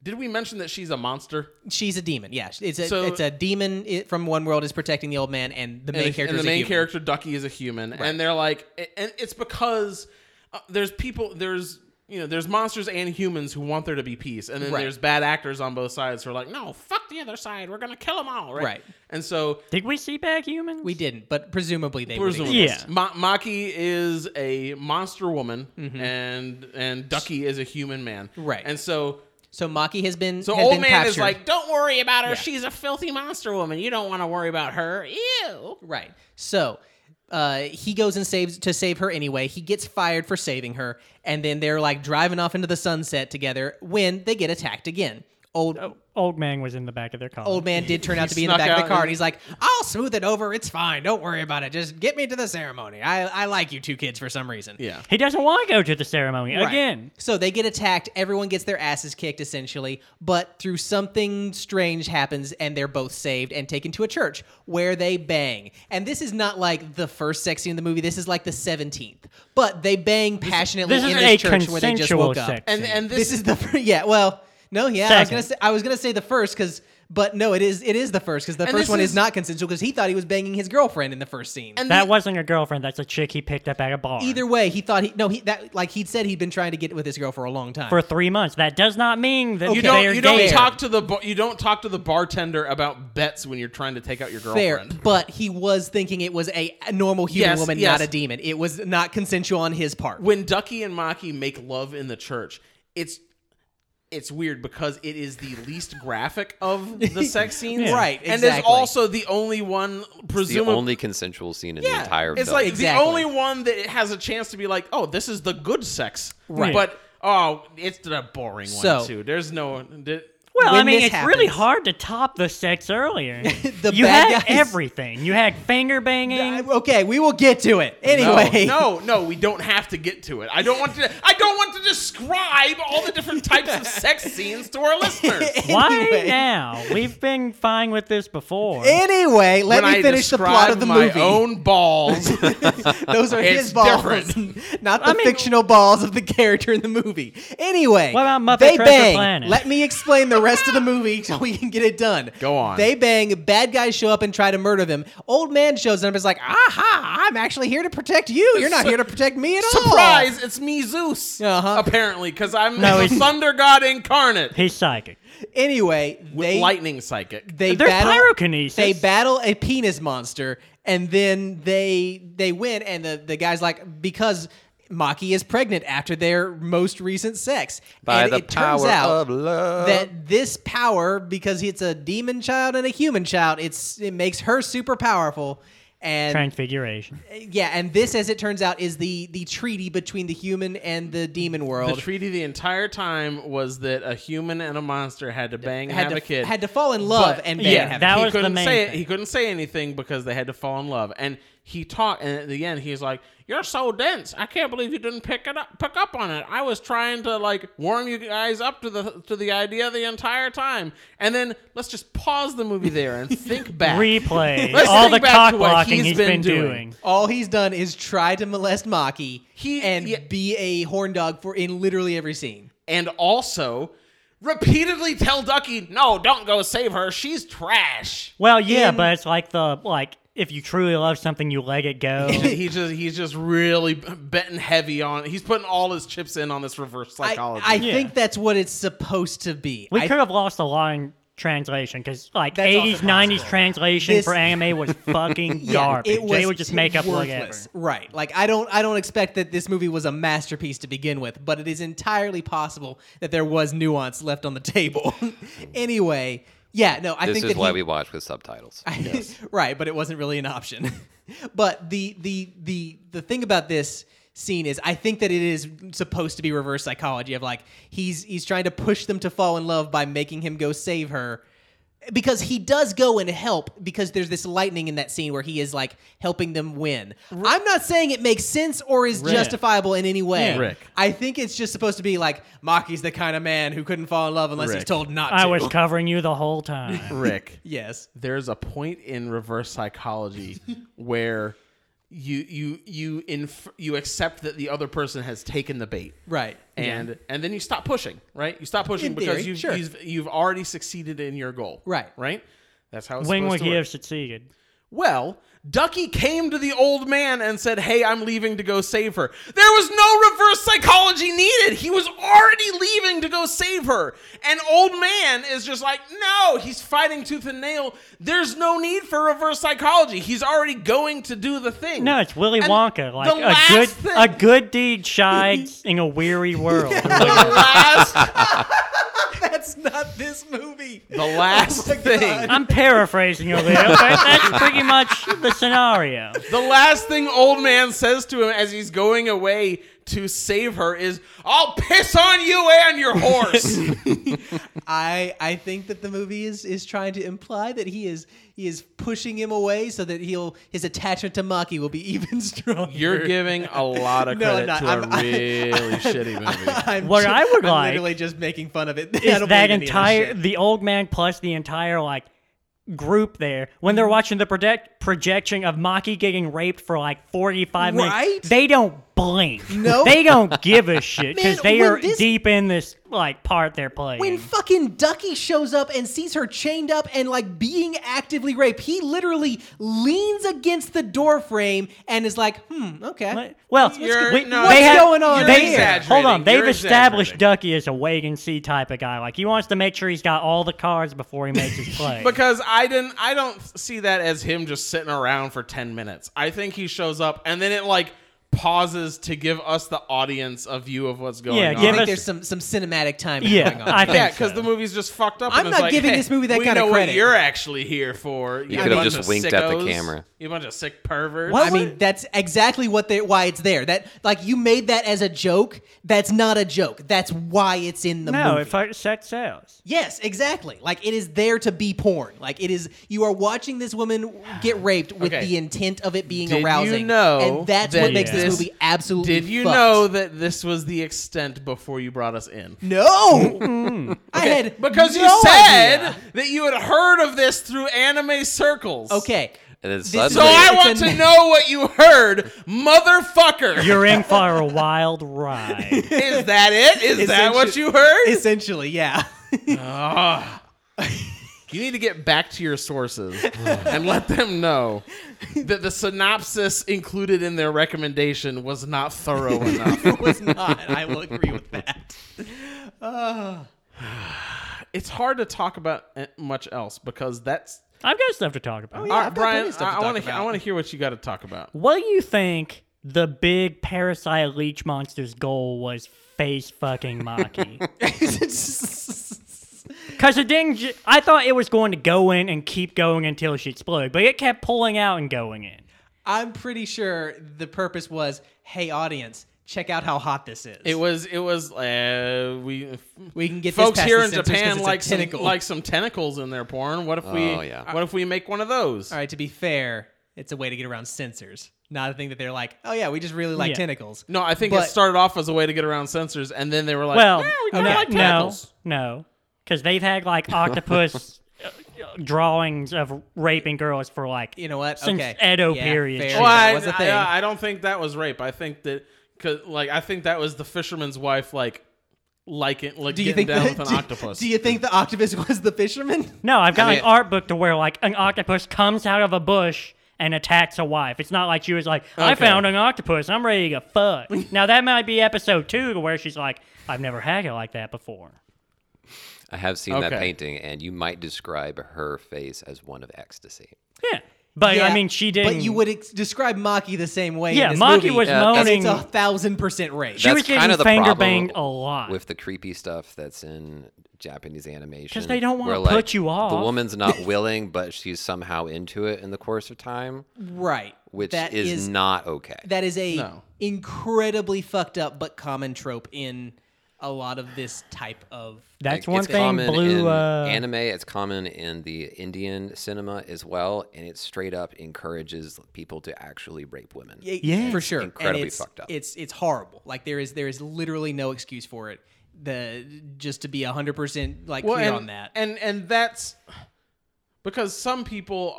Speaker 1: Did we mention that she's a monster?
Speaker 2: She's a demon. Yeah, it's a
Speaker 1: So-
Speaker 2: it's a demon i- from one world is protecting the old man, and the main
Speaker 1: and the-
Speaker 2: character.
Speaker 1: and
Speaker 2: is
Speaker 1: the
Speaker 2: a
Speaker 1: main
Speaker 2: human.
Speaker 1: character Ducky is a human, and they're like, and it's because uh, there's people there's you know there's monsters and humans who want there to be peace, and then
Speaker 2: Right.
Speaker 1: there's bad actors on both sides who are like, no, fuck the other side, we're gonna kill them all, right?
Speaker 2: Right.
Speaker 1: And so
Speaker 3: Did we see bad humans?
Speaker 2: We didn't, but presumably they would
Speaker 1: presumably,
Speaker 3: Yeah.
Speaker 1: Ma- Maki is a monster woman, and and Ducky is a human man,
Speaker 2: Mm-hmm. Right.
Speaker 1: And so
Speaker 2: So Maki has been
Speaker 1: so
Speaker 2: has
Speaker 1: old
Speaker 2: been
Speaker 1: man
Speaker 2: captured.
Speaker 1: is like, don't worry about her,
Speaker 2: Yeah.
Speaker 1: she's a filthy monster woman. You don't want to worry about her. Ew.
Speaker 2: right. So uh, he goes and saves to save her anyway. He gets fired for saving her, and then they're like driving off into the sunset together when they get attacked again. Old
Speaker 3: Old man was in the back of their car.
Speaker 2: old man did turn out to be in the
Speaker 1: snuck
Speaker 2: back of
Speaker 1: out
Speaker 2: the car,
Speaker 1: and-
Speaker 2: and he's like, "I'll smooth it over. It's fine. Don't worry about it. Just get me to the ceremony. I I like you two kids for some reason."
Speaker 1: Yeah.
Speaker 3: He doesn't want to go to the ceremony
Speaker 2: Right.
Speaker 3: again.
Speaker 2: So they get attacked. Everyone gets their asses kicked, essentially. But through something strange happens, and they're both saved and taken to a church where they bang. And this is not like the first sex scene in the movie. This is like the seventeenth. But they bang passionately
Speaker 3: This
Speaker 2: in
Speaker 3: is
Speaker 2: this
Speaker 3: a
Speaker 2: church where they just
Speaker 3: consensual
Speaker 2: woke up.
Speaker 3: sex.
Speaker 1: And
Speaker 3: scene.
Speaker 1: and
Speaker 2: This is the fir- yeah. Well, no, yeah. I was
Speaker 3: Second.
Speaker 2: gonna say I was gonna say the first because. But no, it is it is the first because the
Speaker 1: this
Speaker 2: first one is,
Speaker 1: is-
Speaker 2: not consensual because he thought he was banging his girlfriend in the first scene.
Speaker 1: and
Speaker 3: that
Speaker 1: the-
Speaker 3: wasn't your girlfriend. That's a chick he picked up at a bar.
Speaker 2: Either way, he thought he no he that like he'd said he'd been trying to get with his girl for a long time.
Speaker 3: for three months. That does not mean that
Speaker 1: You
Speaker 3: they
Speaker 1: don't.
Speaker 3: are
Speaker 1: You don't
Speaker 3: gay.
Speaker 1: talk to the. Bar, you don't talk to the bartender about bets when you're trying to take out your
Speaker 2: Fair,
Speaker 1: girlfriend.
Speaker 2: but he was thinking it was a a normal human
Speaker 1: Yes,
Speaker 2: woman,
Speaker 1: yes.
Speaker 2: not a demon. It was not consensual on his part.
Speaker 1: When Ducky and Maki make love in the church, it's it's weird because it is the least graphic of the sex scenes,
Speaker 2: Right,
Speaker 1: And it's
Speaker 2: exactly.
Speaker 1: also the only one,
Speaker 4: It's
Speaker 1: presumably.
Speaker 4: the only consensual scene in the entire
Speaker 1: it's
Speaker 4: film.
Speaker 1: like
Speaker 2: Exactly.
Speaker 1: the only one that has a chance to be like, oh, this is the good sex,
Speaker 3: Right.
Speaker 1: But oh, it's the boring
Speaker 2: So-
Speaker 1: one too. There's no. there-
Speaker 3: Well, I
Speaker 2: when
Speaker 3: mean,
Speaker 2: this
Speaker 3: it's really
Speaker 2: happens-
Speaker 3: hard to top the sex earlier.
Speaker 2: The
Speaker 3: you
Speaker 2: bad
Speaker 3: had
Speaker 2: guys-
Speaker 3: everything. You had finger banging.
Speaker 2: okay, we will get to it anyway.
Speaker 1: No, no, no, we don't have to get to it. I don't want to. I don't want to describe all the different types of sex scenes to our listeners.
Speaker 3: Why
Speaker 2: Anyway.
Speaker 3: now? We've been fine with this before.
Speaker 2: Anyway, let
Speaker 1: when
Speaker 2: me
Speaker 1: I
Speaker 2: finish the plot of the
Speaker 1: describe my
Speaker 2: movie.
Speaker 1: own balls.
Speaker 2: Those are
Speaker 1: It's
Speaker 2: his balls,
Speaker 1: different.
Speaker 2: not the
Speaker 3: mean-
Speaker 2: fictional balls of the character in the movie. Anyway,
Speaker 3: What about Muppet
Speaker 2: they
Speaker 3: Treasure
Speaker 2: bang.
Speaker 3: Planet?
Speaker 2: Let me explain the rest of the movie so we can get it done.
Speaker 1: Go on.
Speaker 2: They bang. Bad guys show up and try to murder them. Old man shows up and is like, "Aha! I'm actually here to protect you. You're not here to protect me at all."
Speaker 1: Surprise! It's me, Zeus.
Speaker 2: Uh-huh.
Speaker 1: Apparently, because I'm
Speaker 3: No,
Speaker 1: the
Speaker 3: he's-
Speaker 1: thunder god incarnate,
Speaker 3: He's psychic.
Speaker 2: Anyway, they
Speaker 1: lightning psychic.
Speaker 2: they
Speaker 3: They're
Speaker 2: battle
Speaker 3: pyrokinesis.
Speaker 2: They battle a penis monster, and then they they win. And the the guy's like, because Maki is pregnant after their most recent sex.
Speaker 4: By
Speaker 2: and
Speaker 4: the
Speaker 2: it turns
Speaker 4: power
Speaker 2: out
Speaker 4: of love.
Speaker 2: that this power, because it's a demon child and a human child, it's it makes her super powerful. And
Speaker 3: Transfiguration.
Speaker 2: yeah, and this, as it turns out, is the the treaty between the human and the demon
Speaker 1: The
Speaker 2: world.
Speaker 1: treaty the entire time was that a human and a monster had to bang and
Speaker 2: had
Speaker 1: have
Speaker 2: to
Speaker 1: a kid.
Speaker 2: had to fall in love
Speaker 1: But-
Speaker 2: and
Speaker 3: yeah,
Speaker 2: bang and have a kid.
Speaker 3: that
Speaker 1: he
Speaker 3: was the
Speaker 1: couldn't
Speaker 3: main
Speaker 1: say it.
Speaker 3: thing.
Speaker 1: He couldn't say anything because they had to fall in love. And he talked, and at the end, he's like, "You're so dense. I can't believe you didn't pick it up, pick up on it. I was trying to like warm you guys up to the to the idea the entire time. And then let's just pause the movie there and think back.
Speaker 3: Replay.
Speaker 1: Let's
Speaker 3: All
Speaker 1: think
Speaker 3: the
Speaker 1: back to
Speaker 3: cock
Speaker 1: what
Speaker 3: blocking
Speaker 1: he's
Speaker 3: he's
Speaker 1: been
Speaker 3: been,
Speaker 1: doing.
Speaker 3: doing.
Speaker 2: All he's done is try to molest Maki
Speaker 1: He-
Speaker 2: and
Speaker 1: yeah.
Speaker 2: be a horn dog for in literally every scene.
Speaker 1: and also repeatedly tell Ducky, "No, don't go save her. She's trash."
Speaker 3: Well, yeah,
Speaker 2: In-
Speaker 3: but it's like the like if you truly love something, you let it go.
Speaker 1: And he just he's just really betting heavy on. He's putting all his chips in on this reverse
Speaker 2: I,
Speaker 1: psychology.
Speaker 2: I think that's what it's supposed to be.
Speaker 3: we
Speaker 2: I-
Speaker 3: could have lost a lot in translation because like
Speaker 2: That's also
Speaker 3: 80s, 90s translation
Speaker 2: This-
Speaker 3: for anime was fucking
Speaker 2: yeah,
Speaker 3: garbage.
Speaker 2: It was
Speaker 3: they would just make up whatever.
Speaker 2: worthless. Right. Like I don't I don't expect that this movie was a masterpiece to begin with, but it is entirely possible that there was nuance left on the table. anyway, yeah, no, I
Speaker 4: this
Speaker 2: think
Speaker 4: is
Speaker 2: that
Speaker 4: why
Speaker 2: he-
Speaker 4: we watch with subtitles.
Speaker 2: right, but it wasn't really an option. but the the the the thing about this scene is I think that it is supposed to be reverse psychology of like he's he's trying to push them to fall in love by making him go save her because he does go and help because there's this lightning in that scene where he is like helping them win. I'm not saying it makes sense or is justifiable in any way.
Speaker 1: Rick.
Speaker 2: I think it's just supposed to be like Maki's the kind of man who couldn't fall in love unless he's
Speaker 1: Rick.
Speaker 2: told not to.
Speaker 3: I was covering you the whole time.
Speaker 1: Rick.
Speaker 2: yes.
Speaker 1: there's a point in reverse psychology where you you you inf- you accept that the other person has taken the bait
Speaker 2: Right.
Speaker 1: and and then you stop pushing right you stop pushing
Speaker 2: In
Speaker 1: because
Speaker 2: theory,
Speaker 1: you've,
Speaker 2: sure.
Speaker 1: you've you've already succeeded in your goal
Speaker 2: Right.
Speaker 1: right that's how it's
Speaker 3: when
Speaker 1: supposed
Speaker 3: would
Speaker 1: to
Speaker 3: he
Speaker 1: work.
Speaker 3: have succeeded?
Speaker 1: Well, Ducky came to the old man and said, Hey, I'm leaving to go save her. There was no reverse psychology needed. He was already leaving to go save her. And old man is just like, No, he's fighting tooth and nail. There's no need for reverse psychology. He's already going to do the thing.
Speaker 3: No, it's Willy
Speaker 1: And
Speaker 3: Wonka. Like
Speaker 1: the
Speaker 3: a
Speaker 1: last
Speaker 3: good
Speaker 1: thing-
Speaker 3: a good deed shines in a weary world.
Speaker 1: the last,
Speaker 2: That's not this movie.
Speaker 1: the last thing.
Speaker 3: I'm paraphrasing a little, but that's pretty much the scenario.
Speaker 1: The last thing old man says to him as he's going away to save her is, "I'll piss on you and your horse."
Speaker 2: I I think that the movie is is trying to imply that he is he is pushing him away so that he'll his attachment to Maki will be even stronger.
Speaker 1: You're giving a lot of
Speaker 2: No,
Speaker 1: credit
Speaker 2: I'm not.
Speaker 1: to
Speaker 2: I'm-
Speaker 1: a
Speaker 2: I-
Speaker 1: really shitty movie.
Speaker 2: I'm
Speaker 3: What I would
Speaker 2: I'm
Speaker 3: like
Speaker 2: literally just making fun of it. I
Speaker 3: Is
Speaker 2: don't
Speaker 3: that
Speaker 2: believe any of this
Speaker 3: entire
Speaker 2: shit.
Speaker 3: the old man plus the entire like group there when
Speaker 2: Mm-hmm.
Speaker 3: they're watching the project projection of Maki getting raped for like 45
Speaker 2: Right?
Speaker 3: minutes? They don't blink.
Speaker 2: No.
Speaker 3: They don't give a
Speaker 2: Man,
Speaker 3: shit because they
Speaker 2: when
Speaker 3: are
Speaker 2: this-
Speaker 3: deep in this like part they're playing.
Speaker 2: When fucking Ducky shows up and sees her chained up and like being actively raped, he literally leans against the door frame and is like, "Hmm, okay."
Speaker 3: But- well,
Speaker 1: You're-
Speaker 3: we-
Speaker 1: no,
Speaker 3: they
Speaker 1: you're-
Speaker 3: have,
Speaker 2: going on
Speaker 3: they-
Speaker 2: here?
Speaker 1: exaggerating.
Speaker 3: Hold on, they've
Speaker 1: You're
Speaker 3: established
Speaker 1: exaggerating.
Speaker 3: Ducky as a wait and see type of guy. Like he wants to make sure he's got all the cards before he makes his play.
Speaker 1: Because I didn't, I don't see that as him just sitting around for ten minutes. I think he shows up and then it like pauses to give us the audience a view of what's going
Speaker 3: Yeah,
Speaker 1: on.
Speaker 2: I
Speaker 3: give
Speaker 2: think
Speaker 3: us-
Speaker 2: there's some some cinematic timing going
Speaker 3: yeah,
Speaker 2: on.
Speaker 3: I think
Speaker 1: yeah, because
Speaker 3: so.
Speaker 1: the movie's just fucked up.
Speaker 2: I'm
Speaker 1: and it's
Speaker 2: not
Speaker 1: like,
Speaker 2: giving
Speaker 1: hey,
Speaker 2: this movie that
Speaker 1: we
Speaker 2: kind of
Speaker 1: know
Speaker 2: credid.
Speaker 1: What you're actually here for. You
Speaker 4: could have
Speaker 1: bunch
Speaker 4: just
Speaker 1: of
Speaker 4: winked at the
Speaker 1: sickos.
Speaker 4: camera.
Speaker 1: You bunch of sick perverts.
Speaker 2: I mean, that's exactly what they why it's there. That like you made that as a joke. That's not a joke. That's why it's in the
Speaker 3: no,
Speaker 2: movie.
Speaker 3: it fuck- sex sells.
Speaker 2: yes, exactly. Like it is there to be porn. Like it is you are watching this woman get raped with
Speaker 1: Okay.
Speaker 2: the intent of it being
Speaker 1: Did you
Speaker 2: arousing.
Speaker 1: know
Speaker 2: and that's
Speaker 1: that
Speaker 2: what makes
Speaker 1: this-
Speaker 2: this movie absolutely
Speaker 1: Did you
Speaker 2: fucked.
Speaker 1: know that this was the extent before you brought us in?
Speaker 2: No. I had
Speaker 1: Mm-hmm. Because you
Speaker 2: no
Speaker 1: said
Speaker 2: idea.
Speaker 1: that you had heard of this through anime circles.
Speaker 2: Okay.
Speaker 4: And then
Speaker 2: is-
Speaker 4: suddenly,
Speaker 1: So I
Speaker 2: It's
Speaker 1: want
Speaker 2: a-
Speaker 1: to know what you heard, motherfucker.
Speaker 3: You're in for a wild ride.
Speaker 1: Is that it? Is that what
Speaker 2: Essentia-
Speaker 1: you heard?
Speaker 2: Essentially, yeah.
Speaker 1: Ah. you need to get back to your sources and let them know that the synopsis included in their recommendation was not thorough enough.
Speaker 2: it was not. I will agree with that.
Speaker 1: it's hard to talk about eh, much else because that's.
Speaker 3: I've got stuff to talk about.
Speaker 1: All right,
Speaker 2: I've got plenty
Speaker 1: Brian,
Speaker 2: of stuff to
Speaker 1: I
Speaker 2: talk
Speaker 1: want to. I
Speaker 2: about.
Speaker 1: want to hear what you got to talk about.
Speaker 3: What do you think the big parasite leech monster's goal was? Face fucking Maki. Because it didn't. Ju- I thought it was going to go in and keep going until she exploded, but it kept pulling out and going in.
Speaker 2: I'm pretty sure the purpose was, hey audience, check out how hot this is.
Speaker 1: It was. It was. Uh, we.
Speaker 2: we can get this
Speaker 1: Folks
Speaker 2: past
Speaker 1: here
Speaker 2: the
Speaker 1: in
Speaker 2: censors 'cause
Speaker 1: Japan
Speaker 2: it's a
Speaker 1: like some,
Speaker 2: tentacle.
Speaker 1: like some tentacles in their porn. What if we?
Speaker 4: Oh, yeah.
Speaker 1: What if we make one of those?
Speaker 2: All right, to be fair, it's a way to get around censors. Not a thing that they're like, oh yeah, we just really like
Speaker 3: Yeah.
Speaker 2: tentacles.
Speaker 1: No, I think it
Speaker 2: But-
Speaker 1: started off as a way to get around censors, and then they were like,
Speaker 3: Well,
Speaker 1: "Nah, we
Speaker 3: no,
Speaker 1: don't like
Speaker 3: no,
Speaker 1: tentacles."
Speaker 3: no, because they've had like octopus uh, uh, drawings of raping girls for like
Speaker 2: You know what?
Speaker 3: since
Speaker 2: Okay.
Speaker 3: Edo
Speaker 2: Yeah,
Speaker 3: period.
Speaker 2: fair.
Speaker 3: shit.
Speaker 1: Well,
Speaker 2: That
Speaker 1: I,
Speaker 2: was a
Speaker 1: I-
Speaker 2: thing.
Speaker 1: I, don't think that was rape. I think that, cause, like, I think that was the fisherman's wife, like, liking, like,
Speaker 2: Do you
Speaker 1: getting
Speaker 2: think
Speaker 1: down
Speaker 2: the,
Speaker 1: with an
Speaker 2: do,
Speaker 1: octopus.
Speaker 2: Do you think the octopus was the fisherman?
Speaker 3: No, I've got
Speaker 4: I
Speaker 3: an
Speaker 4: mean-
Speaker 3: art book to where like an octopus comes out of a bush and attacks a wife. It's not like she was like, I
Speaker 1: Okay.
Speaker 3: found an octopus, I'm ready to fuck. now that might be episode two to where she's like, I've never had it like that before.
Speaker 4: I have seen that
Speaker 1: Okay.
Speaker 4: painting, and you might describe her face as one of ecstasy.
Speaker 3: Yeah. But
Speaker 2: Yeah,
Speaker 3: I mean she didn't
Speaker 2: But you would ex- describe Maki the same way.
Speaker 3: Yeah,
Speaker 2: in this
Speaker 3: Maki
Speaker 2: movie,
Speaker 3: was
Speaker 4: Yeah, 'cause
Speaker 2: because
Speaker 3: moaning
Speaker 2: It's a thousand percent rape.
Speaker 3: she was
Speaker 4: That's kind
Speaker 3: getting
Speaker 4: of the
Speaker 3: finger
Speaker 4: problem
Speaker 3: banged a lot.
Speaker 4: with the creepy stuff that's in Japanese animation.
Speaker 3: 'Cause they don't wanna
Speaker 4: where,
Speaker 3: put
Speaker 4: like,
Speaker 3: you
Speaker 4: The
Speaker 3: off.
Speaker 4: woman's not willing, but she's somehow into it in the course of time,
Speaker 2: right.
Speaker 4: which
Speaker 2: That
Speaker 4: is, not okay.
Speaker 2: that is a
Speaker 1: No.
Speaker 2: incredibly fucked up but common trope in a lot of this type of
Speaker 3: That's
Speaker 4: Like,
Speaker 3: one
Speaker 4: it's
Speaker 3: thing
Speaker 4: common in
Speaker 3: blue uh
Speaker 4: anime. It's common in the Indian cinema as well, and it straight up encourages people to actually rape women.
Speaker 2: Y-
Speaker 3: Yes.
Speaker 2: for sure.
Speaker 4: incredibly
Speaker 2: and it's,
Speaker 4: fucked up.
Speaker 2: It's it's horrible. Like there is there is literally no excuse for it. The just to be hundred percent like
Speaker 1: Well,
Speaker 2: clear
Speaker 1: and,
Speaker 2: on that.
Speaker 1: And and that's because some people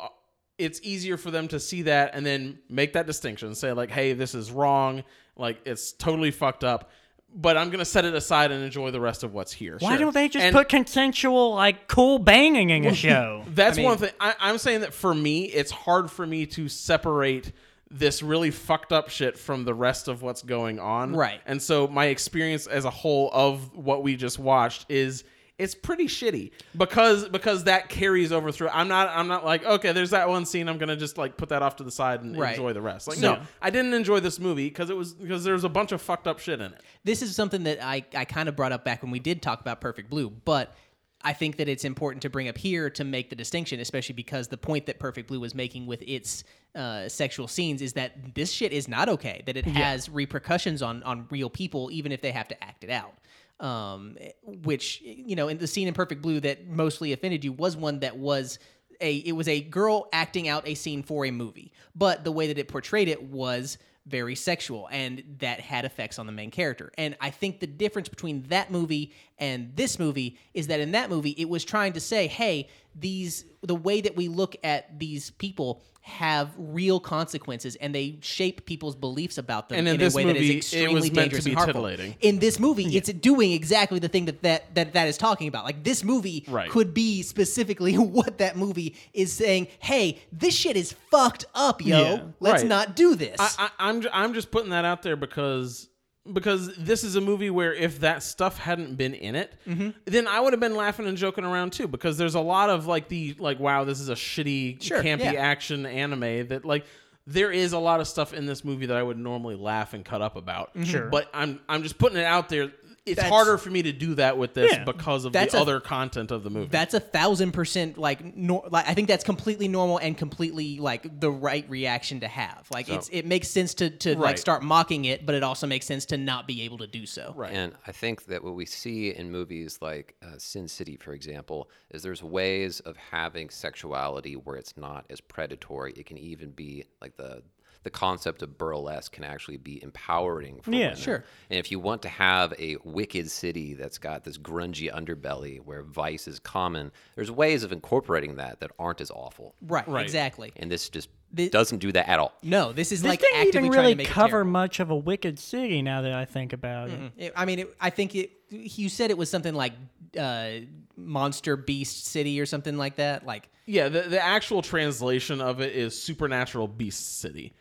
Speaker 1: it's easier for them to see that and then make that distinction, say like, "Hey, this is wrong. Like it's totally fucked up." but I'm gonna set it aside and enjoy the rest of what's here.
Speaker 3: Why
Speaker 1: Sure.
Speaker 3: don't they just
Speaker 1: And-
Speaker 3: put consensual, like, cool banging in a show?
Speaker 1: That's one thing. I, I'm saying that for me, it's hard for me to separate this really fucked up shit from the rest of what's going on.
Speaker 2: Right.
Speaker 1: And so my experience as a whole of what we just watched is it's pretty shitty because because that carries over through. I'm not I'm not like okay, there's that one scene. I'm gonna just like put that off to the side and
Speaker 2: Right.
Speaker 1: enjoy the rest. Like
Speaker 2: So-
Speaker 1: no, I didn't enjoy this movie because it was because there was a bunch of fucked up shit in it.
Speaker 2: this is something that I, I kind of brought up back when we did talk about Perfect Blue, but I think that it's important to bring up here to make the distinction, especially because the point that Perfect Blue was making with its uh, sexual scenes is that this shit is not okay, that it has repercussions on, on real people, even if they have to act it out. Um, which, you know, in the scene in Perfect Blue that mostly offended you was one that was a it was a girl acting out a scene for a movie but the way that it portrayed it was very sexual and that had effects on the main character and i think the difference between that movie and this movie is that in that movie it was trying to say hey these the way that we look at these people have real consequences and they shape people's beliefs about them
Speaker 1: And in
Speaker 2: in
Speaker 1: this
Speaker 2: a way that
Speaker 1: movie,
Speaker 2: is
Speaker 1: it
Speaker 2: extremely
Speaker 1: was meant to
Speaker 2: dangerous
Speaker 1: be
Speaker 2: and harmful.
Speaker 1: titillating.
Speaker 2: In this movie, it's doing exactly the thing that that, that that is talking about. Like this movie
Speaker 1: Right.
Speaker 2: could be specifically what that movie is saying. Hey, this shit is fucked up, yo.
Speaker 1: Yeah,
Speaker 2: Let's
Speaker 1: right.
Speaker 2: not do this.
Speaker 1: I, I, I'm ju- I'm just putting that out there because because this is a movie where if that stuff hadn't been in it,
Speaker 2: Mm-hmm.
Speaker 1: then I would have been laughing and joking around too. Because there's a lot of like the like wow, this is a shitty
Speaker 2: Sure,
Speaker 1: campy
Speaker 2: yeah.
Speaker 1: action anime that like. There is a lot of stuff in this movie that I would normally laugh and cut up about. Sure, but I'm I'm just putting it out there. It's
Speaker 2: Mm-hmm. That's-
Speaker 1: harder for me to do that with this
Speaker 3: Yeah.
Speaker 1: because of
Speaker 2: That's
Speaker 1: the
Speaker 2: a-
Speaker 1: other content of the movie.
Speaker 2: that's a thousand percent like, nor- like I think that's completely normal and completely like the right reaction to have. Like it's it makes sense to to like
Speaker 1: Right.
Speaker 2: start mocking it, but it also makes sense to not be able to do so. Right.
Speaker 4: And I think that what we see in movies like uh, Sin City, for example, is there's ways of having sexuality where it's not as predatory. It can even be like the the concept of burlesque can actually be empowering for
Speaker 3: Yeah.
Speaker 4: women.
Speaker 2: Sure.
Speaker 4: And if you want to have a wicked city that's got this grungy underbelly where vice is common, there's ways of incorporating that that aren't as awful.
Speaker 2: Right. Exactly.
Speaker 4: And this just
Speaker 2: The-
Speaker 4: doesn't do that at all.
Speaker 2: No, this is
Speaker 3: This
Speaker 2: like
Speaker 3: didn't
Speaker 2: actively
Speaker 3: even
Speaker 2: trying
Speaker 3: really
Speaker 2: to make it
Speaker 3: cover
Speaker 2: terrible.
Speaker 3: much of a Wicked City now that I think about it.
Speaker 2: It- I mean, it, I think it. You said it was something like uh, Monster Beast City or something like that. Like,
Speaker 1: Yeah, the, the actual translation of it is supernatural beast city.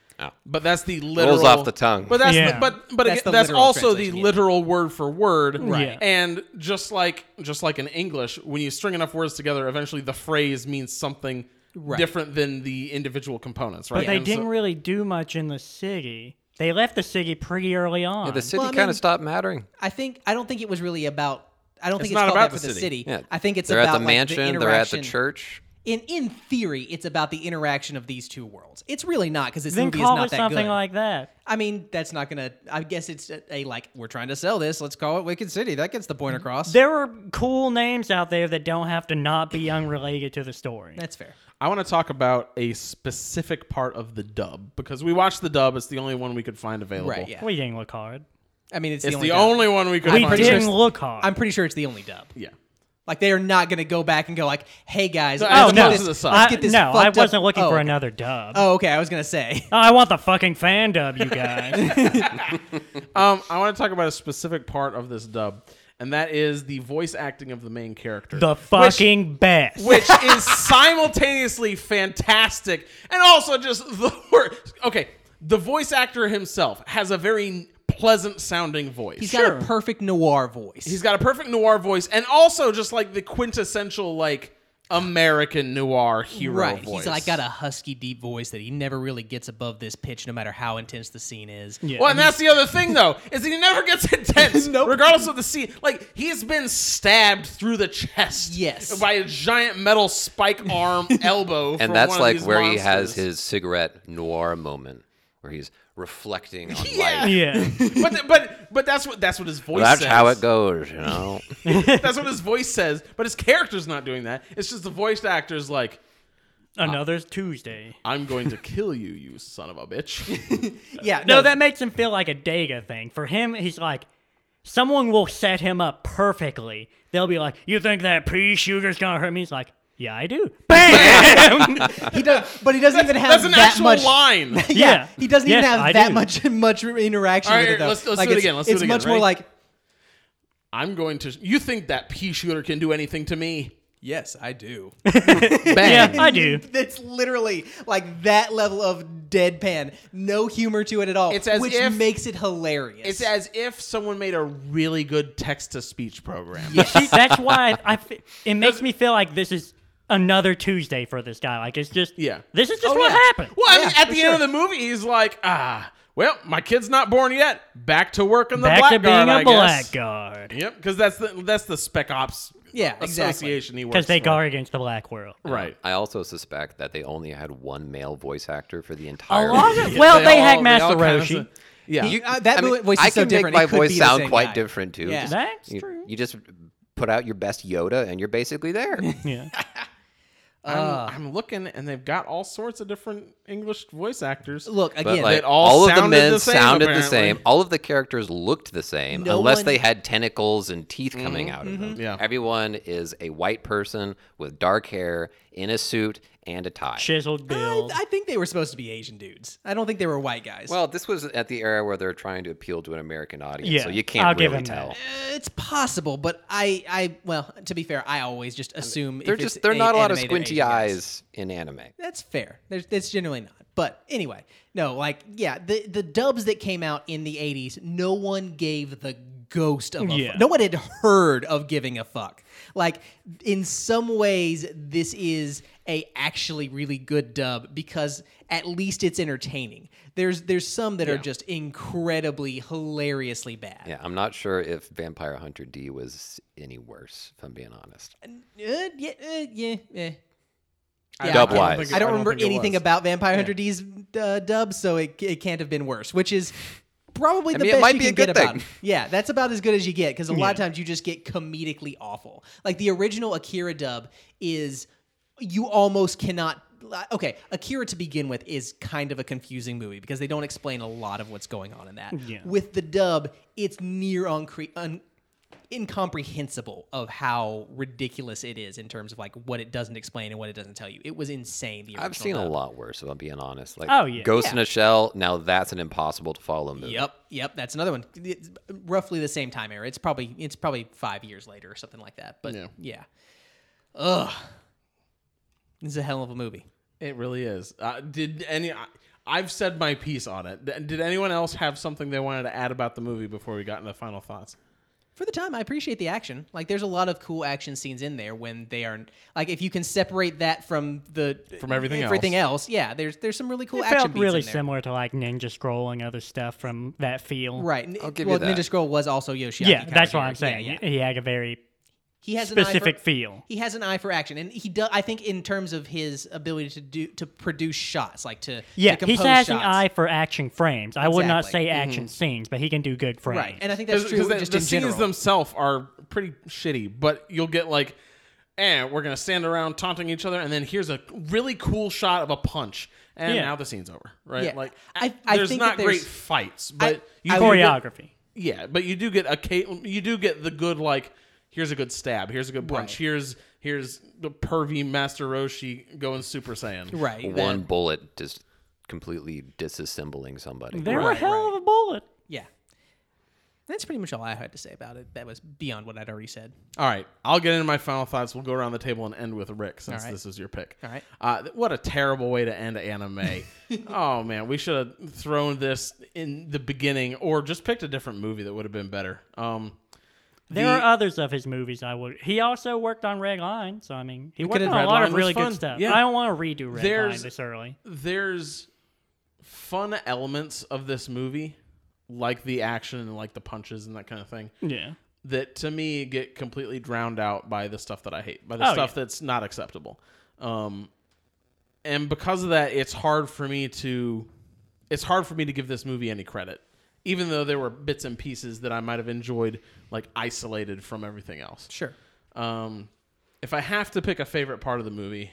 Speaker 1: But that's the literal
Speaker 4: Oh. off the tongue.
Speaker 1: But that's
Speaker 3: Yeah.
Speaker 1: the, but but
Speaker 2: That's
Speaker 1: that's,
Speaker 2: the
Speaker 1: again, that's
Speaker 2: literal
Speaker 1: also the
Speaker 2: translation, yeah.
Speaker 1: literal word for word.
Speaker 3: Right. Yeah.
Speaker 1: And just like just like in English, when you string enough words together, eventually the phrase means something different than the individual components. Right.
Speaker 3: But they
Speaker 1: And so-
Speaker 3: didn't really do much in the city. They left the city pretty early on.
Speaker 4: The city
Speaker 2: Well, I
Speaker 4: kind
Speaker 2: mean-
Speaker 4: of stopped mattering.
Speaker 2: I think I don't think it was really about. I don't think it's
Speaker 1: not
Speaker 2: called
Speaker 1: about
Speaker 2: that
Speaker 1: the
Speaker 2: for the
Speaker 1: city.
Speaker 2: city.
Speaker 4: Yeah.
Speaker 2: I think it's
Speaker 4: they're
Speaker 2: about
Speaker 4: at the
Speaker 2: like,
Speaker 4: mansion,
Speaker 2: the
Speaker 4: they're at the
Speaker 2: interaction-
Speaker 4: church.
Speaker 2: In in theory, it's about the interaction of these two worlds. It's really not because this
Speaker 3: then
Speaker 2: movie is
Speaker 3: call
Speaker 2: not
Speaker 3: it
Speaker 2: that
Speaker 3: something
Speaker 2: good.
Speaker 3: like that.
Speaker 2: I mean, that's not gonna. I guess it's a, a like we're trying to sell this. Let's call it Wicked City. That gets the point across.
Speaker 3: There are cool names out there that don't have to not be unrelated to the story.
Speaker 2: that's fair.
Speaker 1: I want to talk about a specific part of the dub because we watched the dub. It's the only one we could find available.
Speaker 2: Right. Yeah.
Speaker 3: We didn't look hard.
Speaker 2: I mean, it's,
Speaker 1: It's
Speaker 2: the only.
Speaker 1: the
Speaker 2: dub.
Speaker 1: only one we could
Speaker 3: We
Speaker 1: find.
Speaker 2: pretty sure
Speaker 3: didn't
Speaker 2: it's-
Speaker 3: look hard.
Speaker 2: I'm pretty sure it's the only dub.
Speaker 1: yeah.
Speaker 2: Like they are not gonna go back and go like, "Hey guys,
Speaker 3: oh,
Speaker 1: as
Speaker 2: let's
Speaker 1: opposed
Speaker 2: get
Speaker 1: to
Speaker 2: this-
Speaker 1: the sub.
Speaker 3: I,
Speaker 2: get this
Speaker 3: no, I
Speaker 2: fucked up-
Speaker 3: wasn't looking
Speaker 2: Oh,
Speaker 3: for
Speaker 2: okay.
Speaker 3: another dub.
Speaker 2: Oh, okay. I was gonna say.
Speaker 3: I want the fucking fan dub, you guys.
Speaker 1: Um, I want to talk about a specific part of this dub, and that is the voice acting of the main character.
Speaker 3: the fucking best.
Speaker 1: which is simultaneously fantastic and also just the worst. Okay, the voice actor himself has a very pleasant sounding voice.
Speaker 2: He's got a perfect noir voice.
Speaker 1: He's got a perfect noir voice and also just like the quintessential like American noir hero
Speaker 2: right.
Speaker 1: voice.
Speaker 2: He's like got a husky deep voice that he never really gets above this pitch, no matter how intense the scene is. Yeah.
Speaker 1: Well, and that's the other thing, though, is that he never gets intense, regardless of the scene. Like he has been stabbed through the chest,
Speaker 2: Yes.
Speaker 1: by a giant metal spike arm elbow, from
Speaker 4: and that's
Speaker 1: one
Speaker 4: like
Speaker 1: of these
Speaker 4: where he has
Speaker 1: monsters.
Speaker 4: his cigarette noir moment where he's reflecting on
Speaker 1: Yeah.
Speaker 4: life
Speaker 3: yeah.
Speaker 1: but th- but but that's what that's what his voice.
Speaker 4: that's
Speaker 1: says.
Speaker 4: how it goes you know
Speaker 1: That's what his voice says. But his character's not doing that. It's just the voice actor's like,
Speaker 3: Another Tuesday.
Speaker 1: "I'm going to kill you, you son of a bitch."
Speaker 2: yeah
Speaker 3: No, that makes him feel like a Daga thing. For him, he's like, someone will set him up perfectly. They'll be like, you think that pea shooter's gonna hurt me? He's like, yeah, I do. Bam!
Speaker 2: he does, but he doesn't even have
Speaker 1: That's an
Speaker 2: that
Speaker 1: actual
Speaker 2: much.
Speaker 1: line.
Speaker 2: Yeah, he doesn't even
Speaker 3: Yes,
Speaker 2: have
Speaker 3: I
Speaker 2: that
Speaker 3: do.
Speaker 2: much much interaction
Speaker 1: All right,
Speaker 2: with it. Though.
Speaker 1: let's- let's
Speaker 2: like,
Speaker 1: do it
Speaker 2: it's-
Speaker 1: again, let's do
Speaker 2: it's
Speaker 1: it again,
Speaker 2: much more
Speaker 1: ready?
Speaker 2: like
Speaker 1: I'm going to. You think that pea shooter can do anything to me?
Speaker 7: Yes, I do.
Speaker 3: Yeah,
Speaker 1: Bang.
Speaker 3: I do.
Speaker 2: That's literally like that level of deadpan, no humor to it at all.
Speaker 1: It's as
Speaker 2: which
Speaker 1: if-
Speaker 2: makes it hilarious.
Speaker 1: It's as if someone made a really good text to speech program.
Speaker 3: See, that's why I, I fe- it makes me feel like this is another Tuesday for this guy. Like it's just
Speaker 1: Yeah.
Speaker 3: This is just
Speaker 2: Oh,
Speaker 3: what
Speaker 2: yeah.
Speaker 3: happened.
Speaker 1: Well, I mean,
Speaker 2: Yeah,
Speaker 1: at
Speaker 2: for
Speaker 1: the end of the movie, he's like, ah, well, my kid's not born yet. Back to work on the
Speaker 3: Back to
Speaker 1: blackguard,
Speaker 3: being
Speaker 1: I
Speaker 3: a
Speaker 1: guess.
Speaker 3: blackguard
Speaker 1: Yep, because that's the that's the spec ops
Speaker 2: Yeah, exactly.
Speaker 1: association he works
Speaker 3: because they
Speaker 1: for.
Speaker 3: guard against the black world.
Speaker 1: right.
Speaker 4: I also suspect that they only had one male voice actor for the
Speaker 3: A
Speaker 4: entire.
Speaker 3: lot
Speaker 4: movie.
Speaker 3: of well,
Speaker 1: They
Speaker 3: they,
Speaker 1: all-
Speaker 3: had
Speaker 1: they
Speaker 3: Master
Speaker 1: all kinda
Speaker 3: Roshi.
Speaker 1: s- yeah,
Speaker 4: You-
Speaker 2: Uh, that mo- voice is
Speaker 4: I
Speaker 2: so
Speaker 4: can
Speaker 2: different. It
Speaker 4: make my
Speaker 2: could
Speaker 4: voice
Speaker 2: be the
Speaker 4: sound
Speaker 2: same
Speaker 4: quite
Speaker 2: guy.
Speaker 4: different too.
Speaker 2: Yeah.
Speaker 4: Just-
Speaker 3: That's
Speaker 4: you,
Speaker 3: true.
Speaker 4: you just put out your best Yoda, and you're basically there.
Speaker 3: Yeah.
Speaker 1: I'm,
Speaker 2: Uh.
Speaker 1: I'm looking, and they've got all sorts of different English voice actors.
Speaker 2: Look
Speaker 4: But
Speaker 2: again.
Speaker 4: like
Speaker 1: all
Speaker 4: all, of the
Speaker 1: sounded
Speaker 4: men
Speaker 1: the same,
Speaker 4: sounded the
Speaker 1: apparently.
Speaker 4: same. All of the characters looked the same,
Speaker 2: No one-
Speaker 4: unless
Speaker 2: Mm-hmm,
Speaker 4: they had tentacles and teeth coming out of them.
Speaker 1: Yeah.
Speaker 4: Everyone is a white person with dark hair in a suit and a tie.
Speaker 3: Chiseled
Speaker 2: I,
Speaker 3: build.
Speaker 2: I think they were supposed to be Asian dudes. I don't think they were white guys.
Speaker 4: Well, this was at the era where they're trying to appeal to an American audience,
Speaker 3: Yeah,
Speaker 4: so you can't
Speaker 3: I'll
Speaker 4: really
Speaker 3: give him
Speaker 4: tell.
Speaker 3: that.
Speaker 2: Uh, it's possible, but I, I, well, to be fair, I always just assume
Speaker 4: They're
Speaker 2: if it's
Speaker 4: just they're not a lot of
Speaker 2: anime, they're
Speaker 4: squinty
Speaker 2: Asian guys.
Speaker 4: eyes in anime.
Speaker 2: That's fair. There's that's generally not. But anyway, no, like yeah, the the dubs that came out in the '80s, no one gave the ghost of a
Speaker 3: Yeah.
Speaker 2: fuck. No one had heard of giving a fuck. Like in some ways, this is a actually really good dub because at least it's entertaining. There's there's some that are just incredibly hilariously bad.
Speaker 4: Yeah, I'm not sure if Vampire Hunter D was any worse, if I'm being honest.
Speaker 2: Uh, yeah, uh, yeah, eh.
Speaker 1: I-
Speaker 2: Yeah,
Speaker 4: Dub
Speaker 1: I don't
Speaker 4: wise.
Speaker 1: think it-
Speaker 2: I don't remember
Speaker 1: think it
Speaker 2: anything
Speaker 1: was.
Speaker 2: about Vampire Hunter D's uh, dub, so it, it can't have been worse, which is probably the
Speaker 4: mean, it
Speaker 2: best
Speaker 4: might
Speaker 2: you
Speaker 4: be a
Speaker 2: can
Speaker 4: good
Speaker 2: get about
Speaker 4: thing.
Speaker 2: it. Yeah, that's about as good as you get because a lot of times you just get comedically awful. Like the original Akira dub is you almost cannot. Okay, Akira to begin with is kind of a confusing movie because they don't explain a lot of what's going on in that. With the dub, it's near on cre- un- incomprehensible of how ridiculous it is in terms of like what it doesn't explain and what it doesn't tell you. It was insane. The
Speaker 4: I've
Speaker 2: original
Speaker 4: seen a
Speaker 2: dub.
Speaker 4: lot worse, if I'm being honest. Like,
Speaker 3: Oh, yeah.
Speaker 4: Ghost in a Shell. Now that's an impossible to follow movie.
Speaker 2: Yep, yep, that's another one. It's roughly the same time era. It's probably it's probably five years later or something like that. But yeah,
Speaker 1: Yeah.
Speaker 2: ugh, this is a hell of a movie.
Speaker 1: It really is. Uh, did any? I, I've said my piece on it. Th- Did anyone else have something they wanted to add about the movie before we got into final thoughts?
Speaker 2: For the time, I appreciate the action. Like, there's a lot of cool action scenes in there when they are like, if you can separate that from the
Speaker 1: From everything
Speaker 2: everything else, yeah. There's there's some really cool
Speaker 3: it
Speaker 2: action
Speaker 3: felt
Speaker 2: beats
Speaker 3: really
Speaker 2: in there.
Speaker 3: similar to like Ninja Scroll and other stuff from that feel.
Speaker 2: Right. N-
Speaker 4: I'll give you
Speaker 2: well,
Speaker 4: that.
Speaker 2: Ninja Scroll was also Yoshiaki.
Speaker 3: Yeah,
Speaker 2: Kawajiri.
Speaker 3: that's what I'm
Speaker 2: Yeah,
Speaker 3: saying.
Speaker 2: yeah.
Speaker 3: He had a very
Speaker 2: He has an eye
Speaker 3: specific
Speaker 2: for,
Speaker 3: feel.
Speaker 2: He has an eye for action, and he does. I think in terms of his ability to do to produce shots, like to
Speaker 3: Yeah,
Speaker 2: to
Speaker 3: he
Speaker 2: compose
Speaker 3: has
Speaker 2: shots.
Speaker 3: an eye for action frames. I would not
Speaker 2: Exactly.
Speaker 3: say action scenes, but he can do good frames.
Speaker 2: Right, and I think that's
Speaker 1: Because
Speaker 2: true.
Speaker 1: the,
Speaker 2: just
Speaker 1: the
Speaker 2: in
Speaker 1: scenes
Speaker 2: general.
Speaker 1: themselves are pretty shitty, but you'll get like, eh, we're gonna stand around taunting each other, and then here's a really cool shot of a punch, and
Speaker 3: Yeah.
Speaker 1: now the scene's over, right?
Speaker 2: Yeah.
Speaker 1: Like,
Speaker 2: I- I
Speaker 1: there's
Speaker 2: think
Speaker 1: not
Speaker 2: that there's-
Speaker 1: great fights, but you do get-
Speaker 3: Choreography.
Speaker 1: Yeah, but you do get a ca- you do get the good like here's a good stab, here's a good punch, here's here's the pervy Master Roshi going Super Saiyan.
Speaker 2: right. that-
Speaker 4: One bullet just completely disassembling somebody.
Speaker 3: They were a hell of a bullet.
Speaker 2: yeah. That's pretty much all I had to say about it. That was beyond what I'd already said.
Speaker 1: All right, I'll get into my final thoughts. We'll go around the table and end with Rick since
Speaker 2: right.
Speaker 1: this is your pick.
Speaker 2: All right.
Speaker 1: Uh, th- what a terrible way to end anime. oh man, we should have thrown this in the beginning, or just picked a different movie that would have been better. Um,
Speaker 3: There
Speaker 1: The-
Speaker 3: are others of his movies I would. He also worked on Red Line, so I mean, he worked
Speaker 1: could've-
Speaker 3: on a
Speaker 1: Red
Speaker 3: lot
Speaker 1: Line
Speaker 3: of
Speaker 1: was
Speaker 3: really
Speaker 1: fun.
Speaker 3: good stuff.
Speaker 1: Yeah.
Speaker 3: I don't want to redo Red
Speaker 1: There's-
Speaker 3: Line this early.
Speaker 1: there's fun elements of this movie, like the action and like the punches and that kind of thing.
Speaker 3: Yeah.
Speaker 1: that to me get completely drowned out by the stuff that I hate, by the
Speaker 3: Oh,
Speaker 1: stuff
Speaker 3: yeah.
Speaker 1: that's not acceptable. Um, and because of that, it's hard for me to it's hard for me to give this movie any credit, even though there were bits and pieces that I might have enjoyed, like isolated from everything else.
Speaker 2: Sure.
Speaker 1: Um, if I have to pick a favorite part of the movie,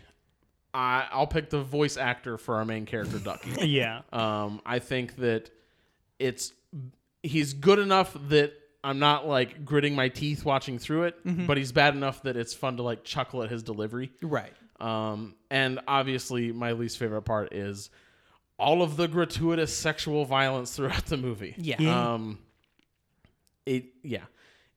Speaker 1: I, I'll pick the voice actor for our main character, Ducky.
Speaker 3: Yeah.
Speaker 1: Um, I think that it's he's good enough that I'm not like gritting my teeth watching through it, but he's bad enough that it's fun to like chuckle at his delivery.
Speaker 2: Right.
Speaker 1: Um, and obviously, my least favorite part is all of the gratuitous sexual violence throughout the movie.
Speaker 2: Yeah.
Speaker 1: Um, it yeah,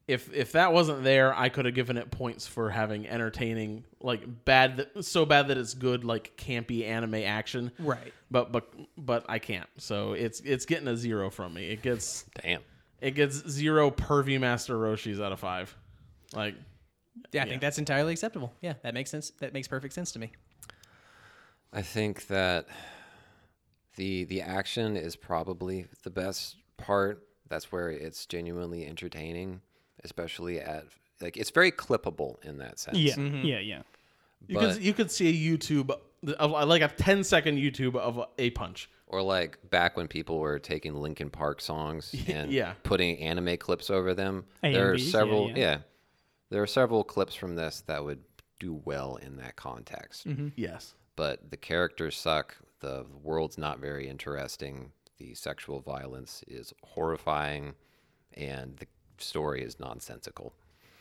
Speaker 1: if if that wasn't there, I could have given it points for having entertaining, like bad, that, so bad that it's good, like campy anime action.
Speaker 2: Right.
Speaker 1: But but but I can't. So it's it's getting a zero from me. It gets
Speaker 4: Damn.
Speaker 1: it gets zero pervy master Roshis out of five. Like
Speaker 2: Yeah, I think that's entirely acceptable. Yeah, that makes sense. That makes perfect sense to me.
Speaker 4: I think that the the action is probably the best part. That's where it's genuinely entertaining, especially at like it's very clippable in that sense.
Speaker 3: Yeah, yeah, yeah.
Speaker 1: you
Speaker 4: But-
Speaker 1: could you could see a YouTube of uh, like a 10 second YouTube of a punch.
Speaker 4: Or like back when people were taking Linkin Park songs and
Speaker 1: yeah.
Speaker 4: putting anime clips over them. there are
Speaker 3: AMVs, yeah,
Speaker 4: several
Speaker 3: yeah.
Speaker 4: There are several clips from this that would do well in that context.
Speaker 3: Mm-hmm.
Speaker 1: Yes.
Speaker 4: But the characters suck, the world's not very interesting, the sexual violence is horrifying, and the story is nonsensical.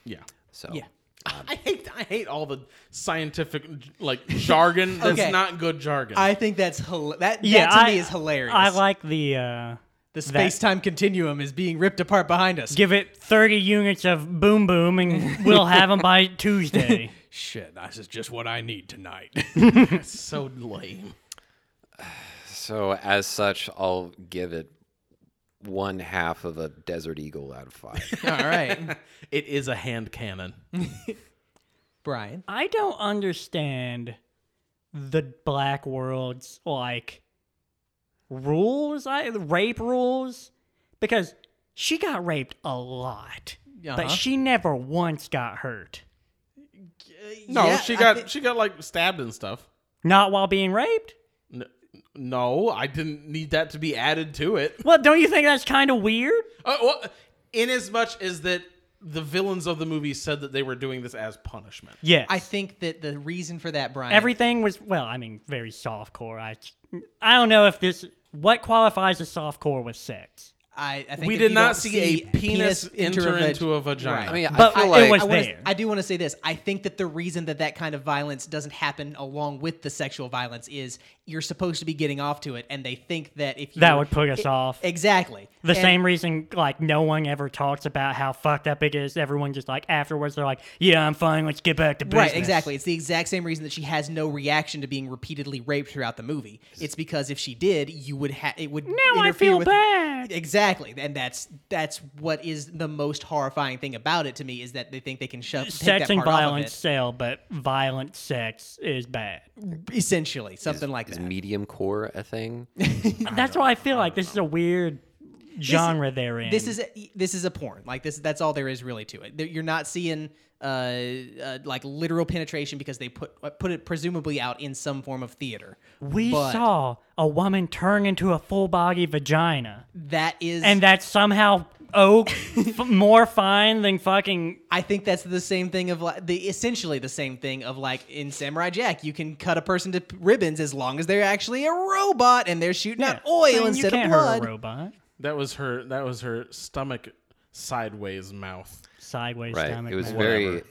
Speaker 1: Yeah.
Speaker 4: So
Speaker 2: Yeah.
Speaker 1: I hate I hate all the scientific like jargon that's
Speaker 2: Okay.
Speaker 1: not good jargon.
Speaker 2: I think that's hila- that,
Speaker 3: yeah
Speaker 2: that to
Speaker 3: I,
Speaker 2: me is hilarious.
Speaker 3: I like the uh,
Speaker 2: the space time continuum is being ripped apart behind us.
Speaker 3: give it 30 units of boom boom, and we'll have them by Tuesday.
Speaker 7: Shit, this is just what I need tonight.
Speaker 1: it's so lame.
Speaker 4: So as such, I'll give it one half of a desert eagle out of five.
Speaker 2: All right,
Speaker 1: It is a hand cannon.
Speaker 2: Brian.
Speaker 3: I don't understand the black world's like rules, I rape rules, because she got raped a lot,
Speaker 2: Uh-huh.
Speaker 3: but she never once got hurt.
Speaker 1: No,
Speaker 2: Yeah,
Speaker 1: she
Speaker 2: I
Speaker 1: got
Speaker 2: thi-
Speaker 1: she got like stabbed and stuff.
Speaker 3: Not while being raped.
Speaker 1: N- No, I didn't need that to be added to it.
Speaker 3: Well, don't you think that's kind of weird?
Speaker 1: Uh, well, in as much as that the villains of the movie said that they were doing this as punishment.
Speaker 3: Yes.
Speaker 2: I think that the reason for that, Brian.
Speaker 3: Everything was well, I mean, very soft core. I I don't know if this what qualifies as soft core with sex.
Speaker 2: I, I think
Speaker 1: We
Speaker 2: if
Speaker 1: did
Speaker 2: you
Speaker 1: not
Speaker 2: don't
Speaker 1: see a penis enter
Speaker 2: vag-
Speaker 1: into a vagina.
Speaker 2: Right.
Speaker 4: I mean,
Speaker 3: But
Speaker 4: I feel
Speaker 3: it
Speaker 4: like
Speaker 3: was
Speaker 2: I, wanna,
Speaker 3: there.
Speaker 2: I do want to say this. I think that the reason that that kind of violence doesn't happen along with the sexual violence is you're supposed to be getting off to it, and they think that if you
Speaker 3: That would put us off.
Speaker 2: exactly
Speaker 3: The same reason, like, no one ever talks about how fucked up it is. Everyone just, like, afterwards, they're like, yeah, I'm fine. Let's get back to business.
Speaker 2: Right, exactly. It's the exact same reason that she has no reaction to being repeatedly raped throughout the movie. It's because if she did, you would ha- it would
Speaker 3: Now I
Speaker 2: interfere
Speaker 3: feel
Speaker 2: with-
Speaker 3: bad.
Speaker 2: Exactly, and that's that's what is the most horrifying thing about it to me is that they think they can shove take
Speaker 3: Sex
Speaker 2: that
Speaker 3: and
Speaker 2: part off of
Speaker 3: violence sell, but violent sex is bad.
Speaker 2: it, essentially something like
Speaker 4: is
Speaker 2: that.
Speaker 4: medium core a thing?
Speaker 3: That's why I feel like this is a weird genre they're in.
Speaker 2: This is a, this is a porn. Like this, that's all there is really to it. There- You're not seeing uh, uh like literal penetration because they put uh, put it presumably out in some form of theater.
Speaker 3: we
Speaker 2: but
Speaker 3: saw a woman turn into a full body vagina,
Speaker 2: that is
Speaker 3: and that's somehow oh, f- more fine than fucking.
Speaker 2: I think that's the same thing of like the essentially the same thing of like in Samurai Jack, you can cut a person to p- ribbons as long as they're actually a robot and they're shooting out
Speaker 3: I mean,
Speaker 2: oil
Speaker 3: you
Speaker 2: instead of
Speaker 3: can't
Speaker 2: blood.
Speaker 3: Hurt a robot.
Speaker 1: That was her that was her stomach sideways mouth.
Speaker 3: Sideways
Speaker 4: Right.
Speaker 3: stomach.
Speaker 4: it was
Speaker 3: man.
Speaker 4: very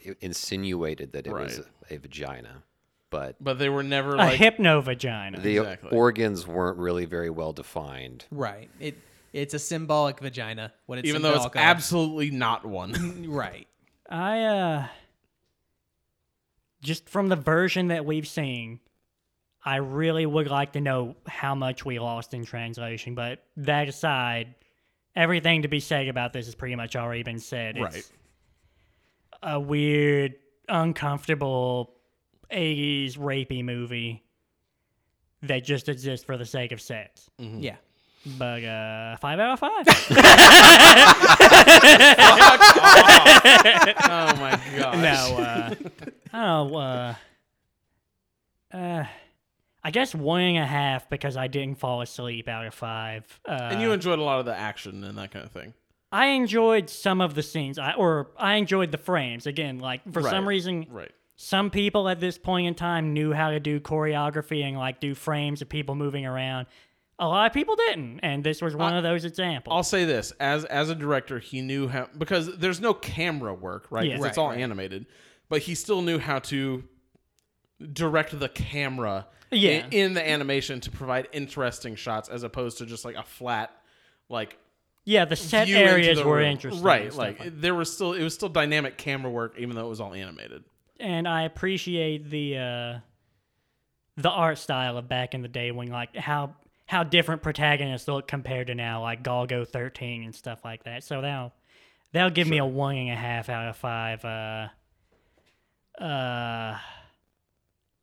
Speaker 4: insinuated that it was
Speaker 1: Right.
Speaker 4: a, vagina, but
Speaker 1: But they were never
Speaker 3: a
Speaker 1: like
Speaker 3: hypno vagina.
Speaker 4: the
Speaker 1: Exactly.
Speaker 4: organs weren't really very well defined.
Speaker 2: Right. It it's a symbolic vagina. What it's
Speaker 1: even though it's
Speaker 2: symbolic of.
Speaker 1: absolutely not one.
Speaker 2: right.
Speaker 3: I uh just from the version that we've seen, I really would like to know how much we lost in translation, but that aside, everything to be said about this has pretty much already been said. It's
Speaker 1: Right.
Speaker 3: a weird, uncomfortable 80s rapey movie that just exists for the sake of sex.
Speaker 1: Mm-hmm.
Speaker 2: Yeah.
Speaker 3: But uh 5 out of 5.
Speaker 1: oh my god.
Speaker 3: No, uh, I don't know. Uh, uh, I guess one and a half because I didn't fall asleep out of five. Uh,
Speaker 1: And you enjoyed a lot of the action and that kind of thing.
Speaker 3: I enjoyed some of the scenes, I, or I enjoyed the frames. Again, like for some
Speaker 1: Right,
Speaker 3: reason,
Speaker 1: Right.
Speaker 3: some people at this point in time knew how to do choreography and like do frames of people moving around. A lot of people didn't, and this
Speaker 1: Uh,
Speaker 3: was one of those examples.
Speaker 1: I'll say this as as a director, he knew how because there's no camera work, right? 'Cause
Speaker 3: Yeah.
Speaker 1: it's all animated, but he still knew how to direct the camera
Speaker 3: Yeah.
Speaker 1: in, in the animation to provide interesting shots as opposed to just like a flat like
Speaker 3: yeah, the set
Speaker 1: view into
Speaker 3: areas
Speaker 1: the
Speaker 3: were
Speaker 1: room.
Speaker 3: interesting. and
Speaker 1: Right,
Speaker 3: stuff
Speaker 1: like, there was still it was still dynamic camera work, even though it was all animated.
Speaker 3: and I appreciate the uh, the art style of back in the day when like how how different protagonists look compared to now, like Golgo thirteen and stuff like that. So that'll that'll give me a one and a half out of five. Uh, uh,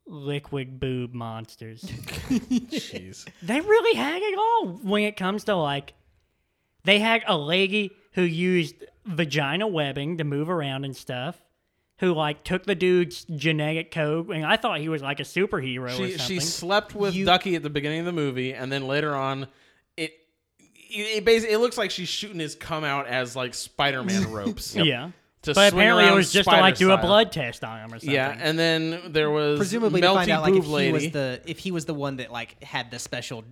Speaker 3: liquid boob monsters.
Speaker 1: Jeez.
Speaker 3: they really had it all when it comes to like they had a lady who used vagina webbing to move around and stuff who like took the dude's genetic code and i thought he was like a superhero or
Speaker 1: she
Speaker 3: something
Speaker 1: she slept with Ducky at the beginning of the movie, and then later on, it it, it basically it looks like she's shooting his come out as like Spider Man ropes.
Speaker 3: yeah
Speaker 1: To
Speaker 3: but
Speaker 1: swing
Speaker 3: apparently it
Speaker 1: around
Speaker 3: was just to like do a
Speaker 1: spider-style.
Speaker 3: blood test on him or something
Speaker 1: Yeah, and then there was
Speaker 2: presumably
Speaker 1: melty
Speaker 2: to find out like
Speaker 1: boob
Speaker 2: if he
Speaker 1: lady.
Speaker 2: was the if he was the one that like had the special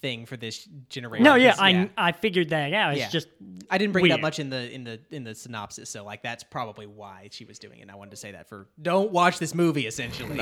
Speaker 2: thing for this generation.
Speaker 3: no yeah
Speaker 2: Because,
Speaker 3: i i figured that out it's
Speaker 2: Yeah.
Speaker 3: just
Speaker 2: I didn't bring
Speaker 3: weird.
Speaker 2: that much in the in the in the synopsis, so like that's probably why she was doing it. And I wanted to say that for don't watch this movie essentially.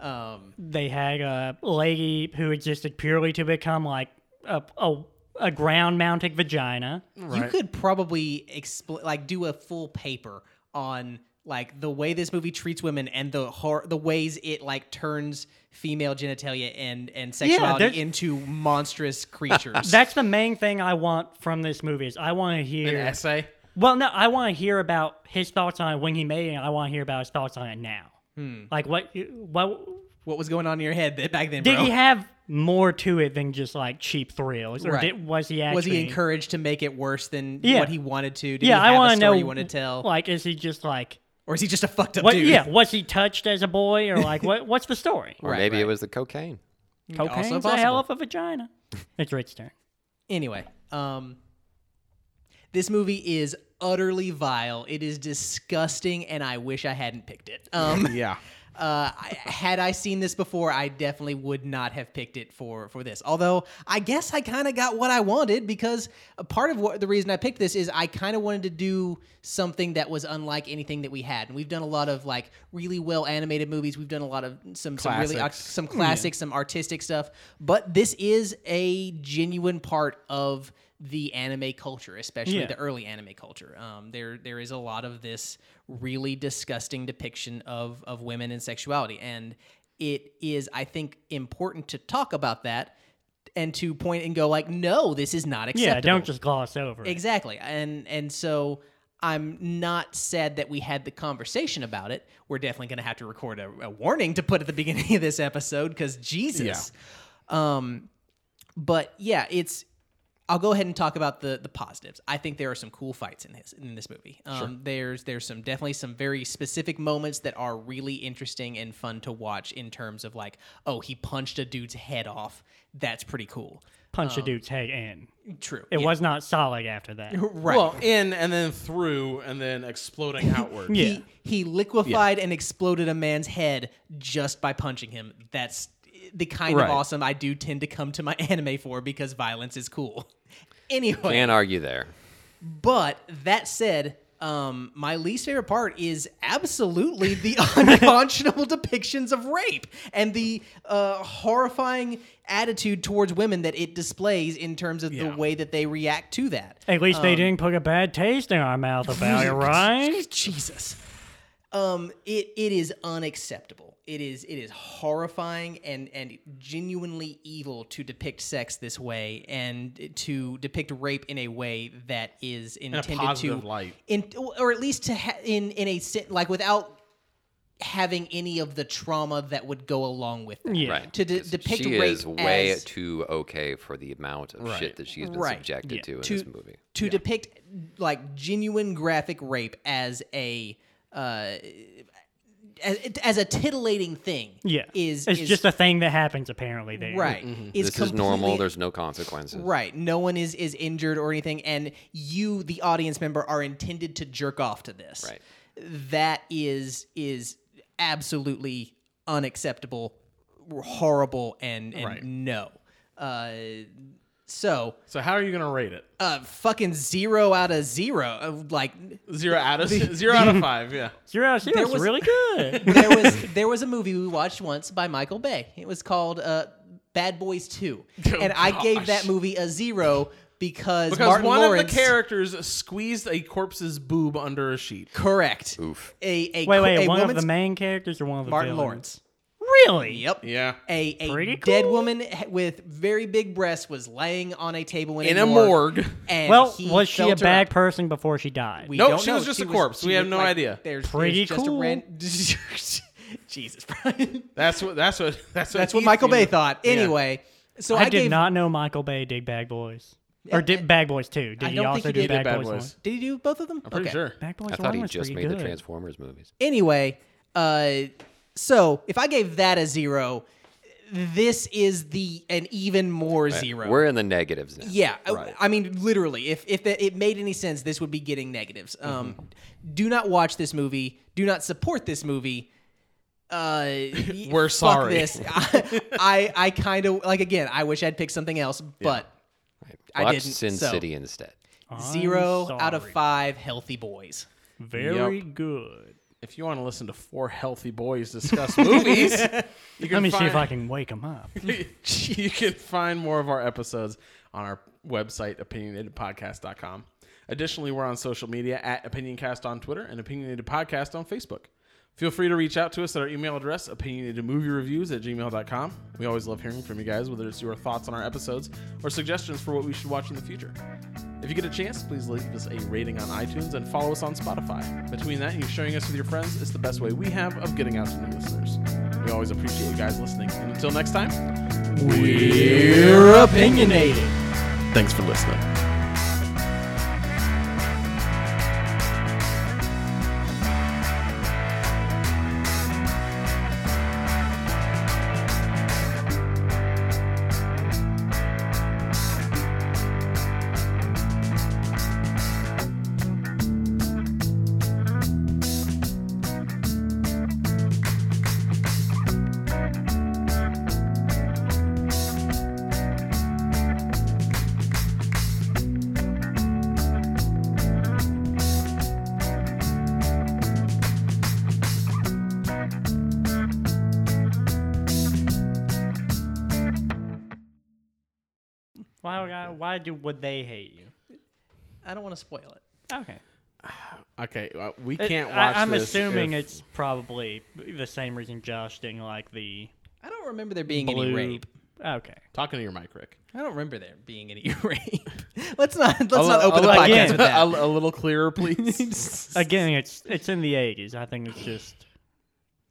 Speaker 2: Um,
Speaker 3: they had a lady who existed purely to become like a a, a ground mounted vagina
Speaker 2: You could probably expl- like do a full paper on like the way this movie treats women and the hor- the ways it like turns female genitalia and and sexuality
Speaker 3: there's-
Speaker 2: into monstrous creatures.
Speaker 3: that's the main thing i want from this movie is i want to hear
Speaker 1: an essay.
Speaker 3: Well, no, I want to hear about his thoughts on it when he made it. And I want to hear about his thoughts on it now.
Speaker 2: Hmm.
Speaker 3: Like what? What
Speaker 2: what was going on in your head that back then,
Speaker 3: did
Speaker 2: bro?
Speaker 3: he have more to it than just like cheap thrills, or
Speaker 2: Right.
Speaker 3: did, was he actually?
Speaker 2: was he encouraged to make it worse than
Speaker 3: Yeah.
Speaker 2: what he wanted to? Did
Speaker 3: Yeah,
Speaker 2: he have
Speaker 3: I
Speaker 2: want to
Speaker 3: know.
Speaker 2: You want to tell,
Speaker 3: Like, is he just like?
Speaker 2: or is he just a fucked up
Speaker 3: What?
Speaker 2: dude?
Speaker 3: Yeah. Was he touched as a boy, or like what? What's the story?
Speaker 4: Or
Speaker 2: Right,
Speaker 4: maybe it
Speaker 2: right.
Speaker 4: was the cocaine.
Speaker 3: Cocaine's a hell of a vagina. It's Rick's turn.
Speaker 2: Anyway, um, this movie is utterly vile. It is disgusting, and I wish I hadn't picked it. Um,
Speaker 1: Yeah.
Speaker 2: uh, I, had I seen this before, I definitely would not have picked it for for this. Although I guess I kind of got what I wanted because a part of what the reason I picked this is I kind of wanted to do something that was unlike anything that we had. And we've done a lot of like really well animated movies. We've done a lot of some some really
Speaker 1: Classics.
Speaker 2: some classics, some artistic stuff. But this is a genuine part of the anime culture, especially
Speaker 3: Yeah.
Speaker 2: the early anime culture. Um, there there is a lot of this really disgusting depiction of of women and sexuality, and it is I think important to talk about that and to point and go like, no, this is not acceptable.
Speaker 3: Yeah. Don't just gloss over it.
Speaker 2: Exactly. And and so I'm not sad that we had the conversation about it. We're definitely going to have to record a, a warning to put at the beginning of this episode because Jesus. Um, but yeah, it's. I'll go ahead and talk about the the positives. I think there are some cool fights in this in this movie. Um, There's there's some definitely some very specific moments that are really interesting and fun to watch in terms of like, oh, he punched a dude's head off. That's pretty cool.
Speaker 3: Punch a dude's head in.
Speaker 2: True.
Speaker 3: It
Speaker 2: Oh. Yeah.
Speaker 3: was not solid after that.
Speaker 2: right.
Speaker 1: Well, in and then through and then exploding outward.
Speaker 3: Yeah.
Speaker 2: He, he liquefied and exploded a man's head just by punching him. That's the kind
Speaker 1: Right.
Speaker 2: of awesome I do tend to come to my anime for because violence is cool. Anyway,
Speaker 4: Can't argue there.
Speaker 2: but that said, um, my least favorite part is absolutely the unconscionable depictions of rape and the uh, horrifying attitude towards women that it displays in terms of the way that they react to that.
Speaker 3: At least they didn't put a bad taste in our mouth about it, right?
Speaker 2: Jesus. Um, it it is unacceptable. It is it is horrifying and and genuinely evil to depict sex this way and to depict rape in a way that is intended
Speaker 1: positive
Speaker 2: to
Speaker 1: light.
Speaker 2: in or at least to ha- in in a sen- like without having any of the trauma that would go along with that.
Speaker 3: Yeah.
Speaker 4: Right.
Speaker 2: To de- depict
Speaker 4: she
Speaker 2: rape
Speaker 4: is way
Speaker 2: as,
Speaker 4: too okay for the amount of shit that she's been
Speaker 2: Right.
Speaker 4: subjected to in
Speaker 2: to
Speaker 4: this movie.
Speaker 2: to depict like genuine graphic rape as a uh, as, as a titillating thing.
Speaker 3: Yeah.
Speaker 2: is
Speaker 3: it's
Speaker 2: is-
Speaker 3: just a thing that happens apparently there.
Speaker 2: right.
Speaker 4: Mm-hmm. This is normal.
Speaker 2: completely-
Speaker 4: There's no consequences.
Speaker 2: right. No one is is injured or anything, and you, the audience member, are intended to jerk off to this.
Speaker 4: Right.
Speaker 2: That is is absolutely unacceptable, horrible, and, and
Speaker 1: Right.
Speaker 2: no. Uh, so
Speaker 1: So how are you gonna rate it?
Speaker 2: uh, fucking zero out of zero. Uh, like
Speaker 1: Zero out of zero out of five. Yeah.
Speaker 3: Zero out of zero. It's
Speaker 2: was-
Speaker 3: really good.
Speaker 2: there was there was a movie we watched once by Michael
Speaker 3: Oh,
Speaker 2: Bay. It was called uh, Bad Boys Two, and I gave that movie a zero because,
Speaker 1: Because
Speaker 2: Martin
Speaker 1: one
Speaker 2: Lawrence
Speaker 1: of the characters squeezed a corpse's boob under a sheet.
Speaker 2: correct
Speaker 4: Oof.
Speaker 2: a a
Speaker 3: Wait,
Speaker 2: co-
Speaker 3: wait,
Speaker 2: a
Speaker 3: one of the
Speaker 2: woman's-
Speaker 3: main characters or one of the
Speaker 2: Martin
Speaker 3: villains?
Speaker 2: Lawrence.
Speaker 3: Really?
Speaker 2: Yep.
Speaker 1: Yeah.
Speaker 2: A, a
Speaker 3: Pretty
Speaker 2: dead
Speaker 3: cool.
Speaker 2: woman h- with very big breasts was laying on a table in,
Speaker 1: In a morgue.
Speaker 2: And
Speaker 3: Well,
Speaker 2: he
Speaker 3: was she a
Speaker 2: felt her
Speaker 3: bad
Speaker 2: up.
Speaker 3: person before she died?
Speaker 2: We
Speaker 1: Nope,
Speaker 2: don't
Speaker 1: she
Speaker 2: know.
Speaker 1: was just a corpse. We have
Speaker 2: looked
Speaker 1: no idea.
Speaker 2: There's,
Speaker 3: Pretty
Speaker 2: there's Just a
Speaker 3: cool.
Speaker 2: ran- Jesus, Brian.
Speaker 1: That's what. That's what. That's what.
Speaker 2: That's what
Speaker 1: he
Speaker 2: Michael Bay
Speaker 1: feels.
Speaker 2: thought. Anyway, so I,
Speaker 3: I, did
Speaker 2: gave, eh,
Speaker 3: not know Michael Bay did Bad Boys. Or did Bad Boys 2. Did
Speaker 2: I
Speaker 3: he
Speaker 2: don't think
Speaker 3: also
Speaker 2: he
Speaker 3: do
Speaker 2: did
Speaker 3: Bad,
Speaker 1: Bad
Speaker 3: Boys,
Speaker 1: Boys.
Speaker 3: 1?
Speaker 2: Did he do both of them?
Speaker 1: I'm pretty
Speaker 2: okay.
Speaker 1: sure.
Speaker 3: Bad Boys 1
Speaker 4: I thought he
Speaker 3: was
Speaker 4: just
Speaker 3: pretty
Speaker 4: made
Speaker 3: good.
Speaker 4: the Transformers movies.
Speaker 2: Anyway, uh, so if I gave that a zero, this is the an even more zero.
Speaker 4: We're in the negatives now.
Speaker 2: Yeah, I- I, mean, literally, if if it, it made any sense, this would be getting negatives. Um,
Speaker 1: Mm-hmm.
Speaker 2: do not watch this movie. Do not support this movie. Uh, y-
Speaker 1: We're
Speaker 2: fuck
Speaker 1: sorry.
Speaker 2: This. I I, I kind of like again. I wish I'd picked something else, but I
Speaker 4: Watch
Speaker 2: didn't,
Speaker 4: Sin
Speaker 2: so-
Speaker 4: City instead.
Speaker 3: I'm
Speaker 2: zero out of
Speaker 3: sorry.
Speaker 2: five healthy boys.
Speaker 3: Very good.
Speaker 1: If you want to listen to four healthy boys discuss movies, you can
Speaker 3: Let me see
Speaker 1: find,
Speaker 3: if I can wake him up.
Speaker 1: you can find more of our episodes on our website, opinionatedpodcast.com. Additionally, we're on social media at OpinionCast on Twitter and Opinionated Podcast on Facebook. Feel free to reach out to us at our email address, opinionatedmoviereviews at gmail.com. We always love hearing from you guys, whether it's your thoughts on our episodes or suggestions for what we should watch in the future. If you get a chance, please leave us a rating on iTunes and follow us on Spotify. Between that and you sharing us with your friends, it's the best way we have of getting out to new listeners. We always appreciate you guys listening. And until next time,
Speaker 3: We're opinionated.
Speaker 1: Thanks for listening.
Speaker 3: Why, would I- why do, would they hate you?
Speaker 2: I don't want to spoil it.
Speaker 3: Okay.
Speaker 1: Okay, uh, we
Speaker 3: It-
Speaker 1: can't watch.
Speaker 3: I, I'm
Speaker 1: this
Speaker 3: assuming
Speaker 1: if-
Speaker 3: it's probably the same reason Josh didn't like the
Speaker 2: I don't remember there being any
Speaker 3: blue.
Speaker 2: rape.
Speaker 3: Okay.
Speaker 1: talking to your mic, Rick.
Speaker 2: I don't remember there being any rape. let's not let's
Speaker 1: A
Speaker 2: not
Speaker 1: li-
Speaker 2: open the
Speaker 1: a
Speaker 2: podcast
Speaker 1: li-
Speaker 3: Again.
Speaker 2: with
Speaker 1: a,
Speaker 2: that.
Speaker 1: a little clearer, please.
Speaker 3: Again, it's it's in the 80s. I think it's just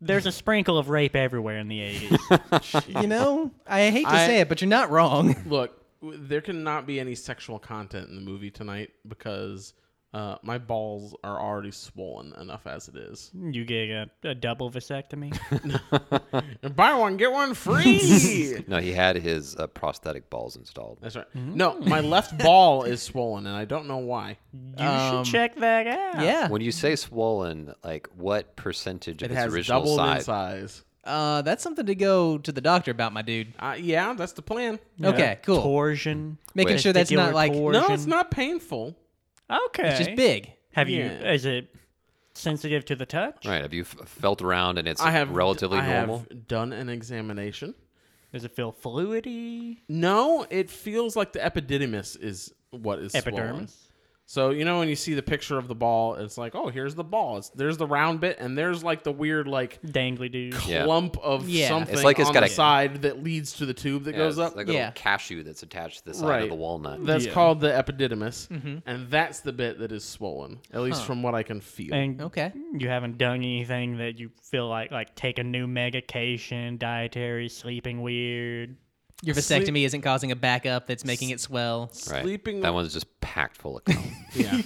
Speaker 3: there's a sprinkle of rape everywhere in the 80s.
Speaker 2: you know, I hate to
Speaker 1: I-
Speaker 2: say it, but you're not wrong.
Speaker 1: Look, w- there cannot be any sexual content in the movie tonight because uh, my balls are already swollen enough as it is.
Speaker 3: you get a, a double vasectomy.
Speaker 1: And buy one, get one free.
Speaker 4: No, he had his uh, prosthetic balls installed.
Speaker 1: That's right. No, my left ball is swollen, and I don't know why.
Speaker 3: You should check that out.
Speaker 2: Um, Yeah.
Speaker 4: When you say swollen, like what percentage of
Speaker 1: It
Speaker 4: its
Speaker 1: has
Speaker 4: original
Speaker 1: doubled in
Speaker 4: size?
Speaker 1: size.
Speaker 2: Uh, that's something to go to the doctor about, my dude.
Speaker 1: Uh, yeah, that's the plan.
Speaker 2: Okay, cool.
Speaker 3: Torsion.
Speaker 2: Making
Speaker 4: Wait.
Speaker 2: sure that's not
Speaker 3: Testicular
Speaker 2: like
Speaker 3: cord.
Speaker 1: No,
Speaker 3: Version.
Speaker 1: it's not painful.
Speaker 3: Okay.
Speaker 2: it's just big.
Speaker 3: Have
Speaker 1: Yeah.
Speaker 3: you? Is it sensitive to the touch?
Speaker 4: Right? Have you f- felt around and it's
Speaker 1: I have
Speaker 4: relatively
Speaker 1: I have
Speaker 4: normal?
Speaker 1: done an examination.
Speaker 3: Does it feel fluidy?
Speaker 1: No, it feels like the epididymis is what is swollen.
Speaker 3: Epidermis.
Speaker 1: So you know when you see the picture of the ball, it's like, oh, here's the ball. It's, there's the round bit, and there's like the weird like
Speaker 3: Dangly dude.
Speaker 4: Yeah.
Speaker 1: clump of
Speaker 2: Yeah.
Speaker 1: something
Speaker 4: It's like it's
Speaker 1: on
Speaker 4: got
Speaker 1: the
Speaker 4: a-
Speaker 1: side that leads to the tube that
Speaker 4: Yeah,
Speaker 1: goes
Speaker 4: it's
Speaker 1: up.
Speaker 4: like a
Speaker 2: Yeah.
Speaker 4: little cashew that's attached to the side
Speaker 1: Right.
Speaker 4: of the walnut.
Speaker 1: that's called the epididymis,
Speaker 3: Mm-hmm.
Speaker 1: and that's the bit that is swollen, at least from what I can feel.
Speaker 3: And
Speaker 2: Okay.
Speaker 3: you haven't done anything that you feel like like take a new medication, dietary, sleeping weird.
Speaker 2: Your vasectomy isn't causing a backup that's making it swell.
Speaker 4: right.
Speaker 1: Sleeping
Speaker 4: That one's just packed full of cum.
Speaker 1: Yeah.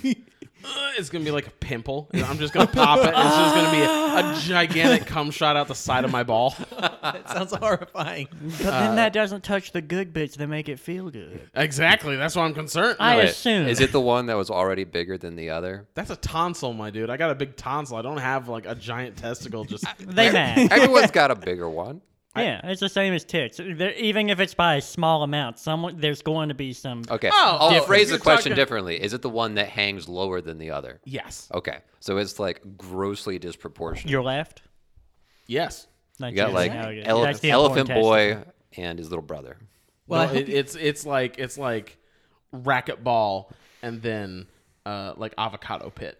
Speaker 1: Uh, it's gonna be like a pimple. and I'm just gonna pop it. And it's just gonna be a, a gigantic cum shot out the side of my ball.
Speaker 2: That sounds horrifying.
Speaker 3: But
Speaker 4: Uh,
Speaker 3: then that doesn't touch the good bits that make it feel good.
Speaker 1: Exactly. That's why I'm concerned.
Speaker 3: I
Speaker 4: Wait,
Speaker 3: assume.
Speaker 4: Is it the one that was already bigger than the other?
Speaker 1: That's a tonsil, my dude. I got a big tonsil. I don't have like a giant testicle. Just
Speaker 3: they match.
Speaker 4: Everyone's got a bigger one.
Speaker 3: yeah, it's the same as tits. They're- even if it's by a small amount, someone there's going to be some.
Speaker 4: Okay.
Speaker 1: Oh,
Speaker 4: I'll
Speaker 1: different.
Speaker 4: phrase
Speaker 1: You're
Speaker 4: the question
Speaker 1: talking-
Speaker 4: differently. Is it the one that hangs lower than the other?
Speaker 1: yes,
Speaker 4: Okay. So it's like grossly disproportionate.
Speaker 3: Your left.
Speaker 1: yes.
Speaker 3: That's
Speaker 4: You got
Speaker 3: it.
Speaker 4: like
Speaker 3: Now you-
Speaker 4: ele-
Speaker 3: that's the
Speaker 4: Elephant
Speaker 3: important
Speaker 4: Boy and his little brother.
Speaker 2: Well, I
Speaker 1: No,
Speaker 2: hope
Speaker 1: it, it's it's like it's like racquetball, and then uh, like avocado pit.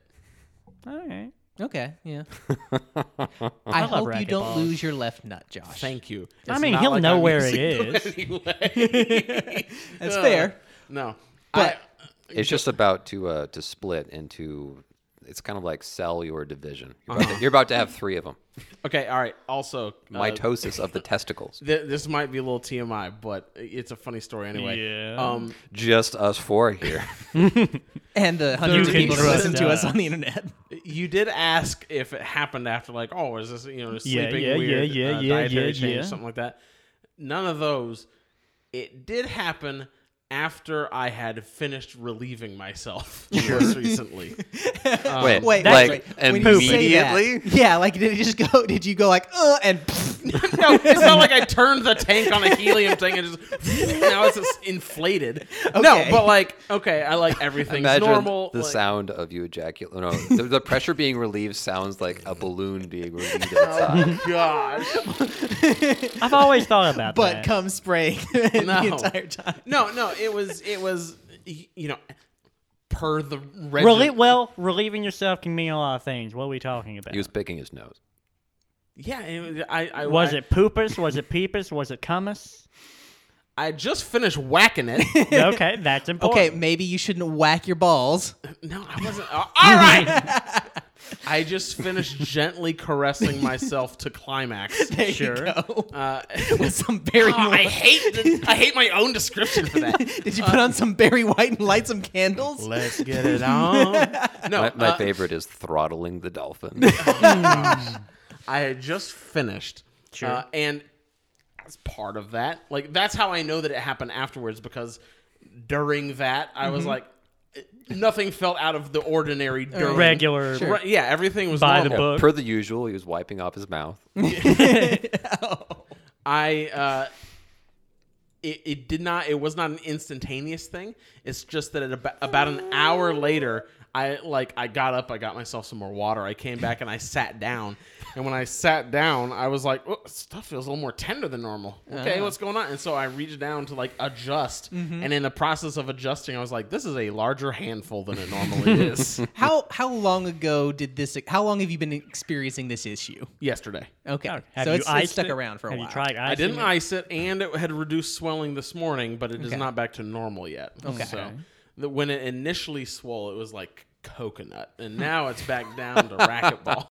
Speaker 3: All right.
Speaker 2: Okay, yeah. I,
Speaker 3: love
Speaker 2: hope you don't
Speaker 3: racquetball.
Speaker 2: lose your left nut, Josh.
Speaker 1: Thank you.
Speaker 3: I
Speaker 1: It's
Speaker 3: mean,
Speaker 1: not
Speaker 3: he'll
Speaker 1: like
Speaker 3: know
Speaker 1: I'm
Speaker 3: where
Speaker 1: using
Speaker 3: it
Speaker 1: them anyway.
Speaker 2: That's
Speaker 1: Uh,
Speaker 2: fair.
Speaker 1: No,
Speaker 2: But-
Speaker 1: I-
Speaker 4: It's just about to uh, to split into. It's kind of like sell your division. You're about, to, you're about to have three of them.
Speaker 1: okay, all right. Also, uh,
Speaker 4: Mitosis of the testicles.
Speaker 1: th- this might be a little TMI, but it's a funny story anyway.
Speaker 3: Yeah.
Speaker 1: Um,
Speaker 4: Just us four here.
Speaker 2: And the hundreds of
Speaker 3: can
Speaker 2: people that
Speaker 3: trust
Speaker 2: listen to us
Speaker 3: us.
Speaker 2: on the internet.
Speaker 1: you did ask if it happened after, like, oh, is this you know
Speaker 3: Yeah,
Speaker 1: sleeping
Speaker 3: yeah,
Speaker 1: weird,
Speaker 3: yeah, yeah,
Speaker 1: uh,
Speaker 3: yeah,
Speaker 1: dietary
Speaker 3: yeah,
Speaker 1: change,
Speaker 3: yeah.
Speaker 1: something like that. None of those. It did happen after I had finished relieving myself most recently.
Speaker 4: Wait,
Speaker 2: Um, Wait, that's
Speaker 4: like
Speaker 2: right. When you say that-
Speaker 4: immediately?
Speaker 2: yeah, like did it just go? Did you go like, uh, and
Speaker 1: no, it's not like I turned the tank on a helium tank and just now it's just inflated. No,
Speaker 2: Okay.
Speaker 1: but like okay, I like everything's
Speaker 4: Imagine
Speaker 1: normal.
Speaker 4: the
Speaker 1: like-
Speaker 4: sound of you ejaculate. No, the, the pressure being relieved sounds like a balloon being relieved inside.
Speaker 1: Gosh.
Speaker 3: I've always thought about
Speaker 2: but
Speaker 3: that.
Speaker 2: come spraying
Speaker 1: No.
Speaker 2: the entire time?
Speaker 1: No, no, it was it was y- you know per the reg-
Speaker 3: Relie- well, relieving yourself can mean a lot of things. What are we talking about?
Speaker 4: he was picking his nose.
Speaker 1: Yeah, it, was- I, I
Speaker 3: was
Speaker 1: I-
Speaker 3: it poopus? Was it peepus? Was it cummus?
Speaker 1: I just finished whacking it.
Speaker 3: Okay, that's important.
Speaker 2: Okay, maybe you shouldn't whack your balls.
Speaker 1: no, I wasn't. uh, all right. I just finished gently caressing myself to climax.
Speaker 2: There
Speaker 3: Sure.
Speaker 2: you go.
Speaker 1: Uh,
Speaker 2: With some Barry.
Speaker 1: Oh, I
Speaker 2: White.
Speaker 1: hate the, I hate my own description for that.
Speaker 2: Did you put on some Barry White and light some candles?
Speaker 1: Let's get it on. No,
Speaker 4: My, my
Speaker 1: uh,
Speaker 4: favorite is throttling the dolphin.
Speaker 1: I had just finished. Sure. and as part of that, like that's how I know that it happened afterwards because during that I was like, nothing felt out of the ordinary during
Speaker 3: Regular
Speaker 1: Right, yeah, everything was
Speaker 3: by the
Speaker 1: normal.
Speaker 3: book.
Speaker 4: per the usual, he was wiping off his mouth.
Speaker 1: I uh, it, it did not it was not an instantaneous thing. It's just that at about, about an hour later, I like I got up, I got myself some more water. I came back and I sat down. And when I sat down, I was like, oh, stuff feels a little more tender than normal. Okay, what's going on? And so I reached down to like adjust. And in the process of adjusting, I was like, this is a larger handful than it normally is.
Speaker 2: How how long ago did this? How long have you been experiencing this issue?
Speaker 1: Yesterday.
Speaker 2: Okay,
Speaker 3: Have
Speaker 2: so
Speaker 3: you
Speaker 2: it's, it's
Speaker 3: iced
Speaker 2: stuck
Speaker 3: it?
Speaker 2: around for a
Speaker 3: Have
Speaker 2: while.
Speaker 3: you tried
Speaker 1: I didn't
Speaker 3: icing it?
Speaker 1: ice it, and it had reduced swelling this morning, but it is
Speaker 2: Okay.
Speaker 1: not back to normal yet. Okay. So the, when it initially swole, it was like coconut, and now it's back down to racquetball.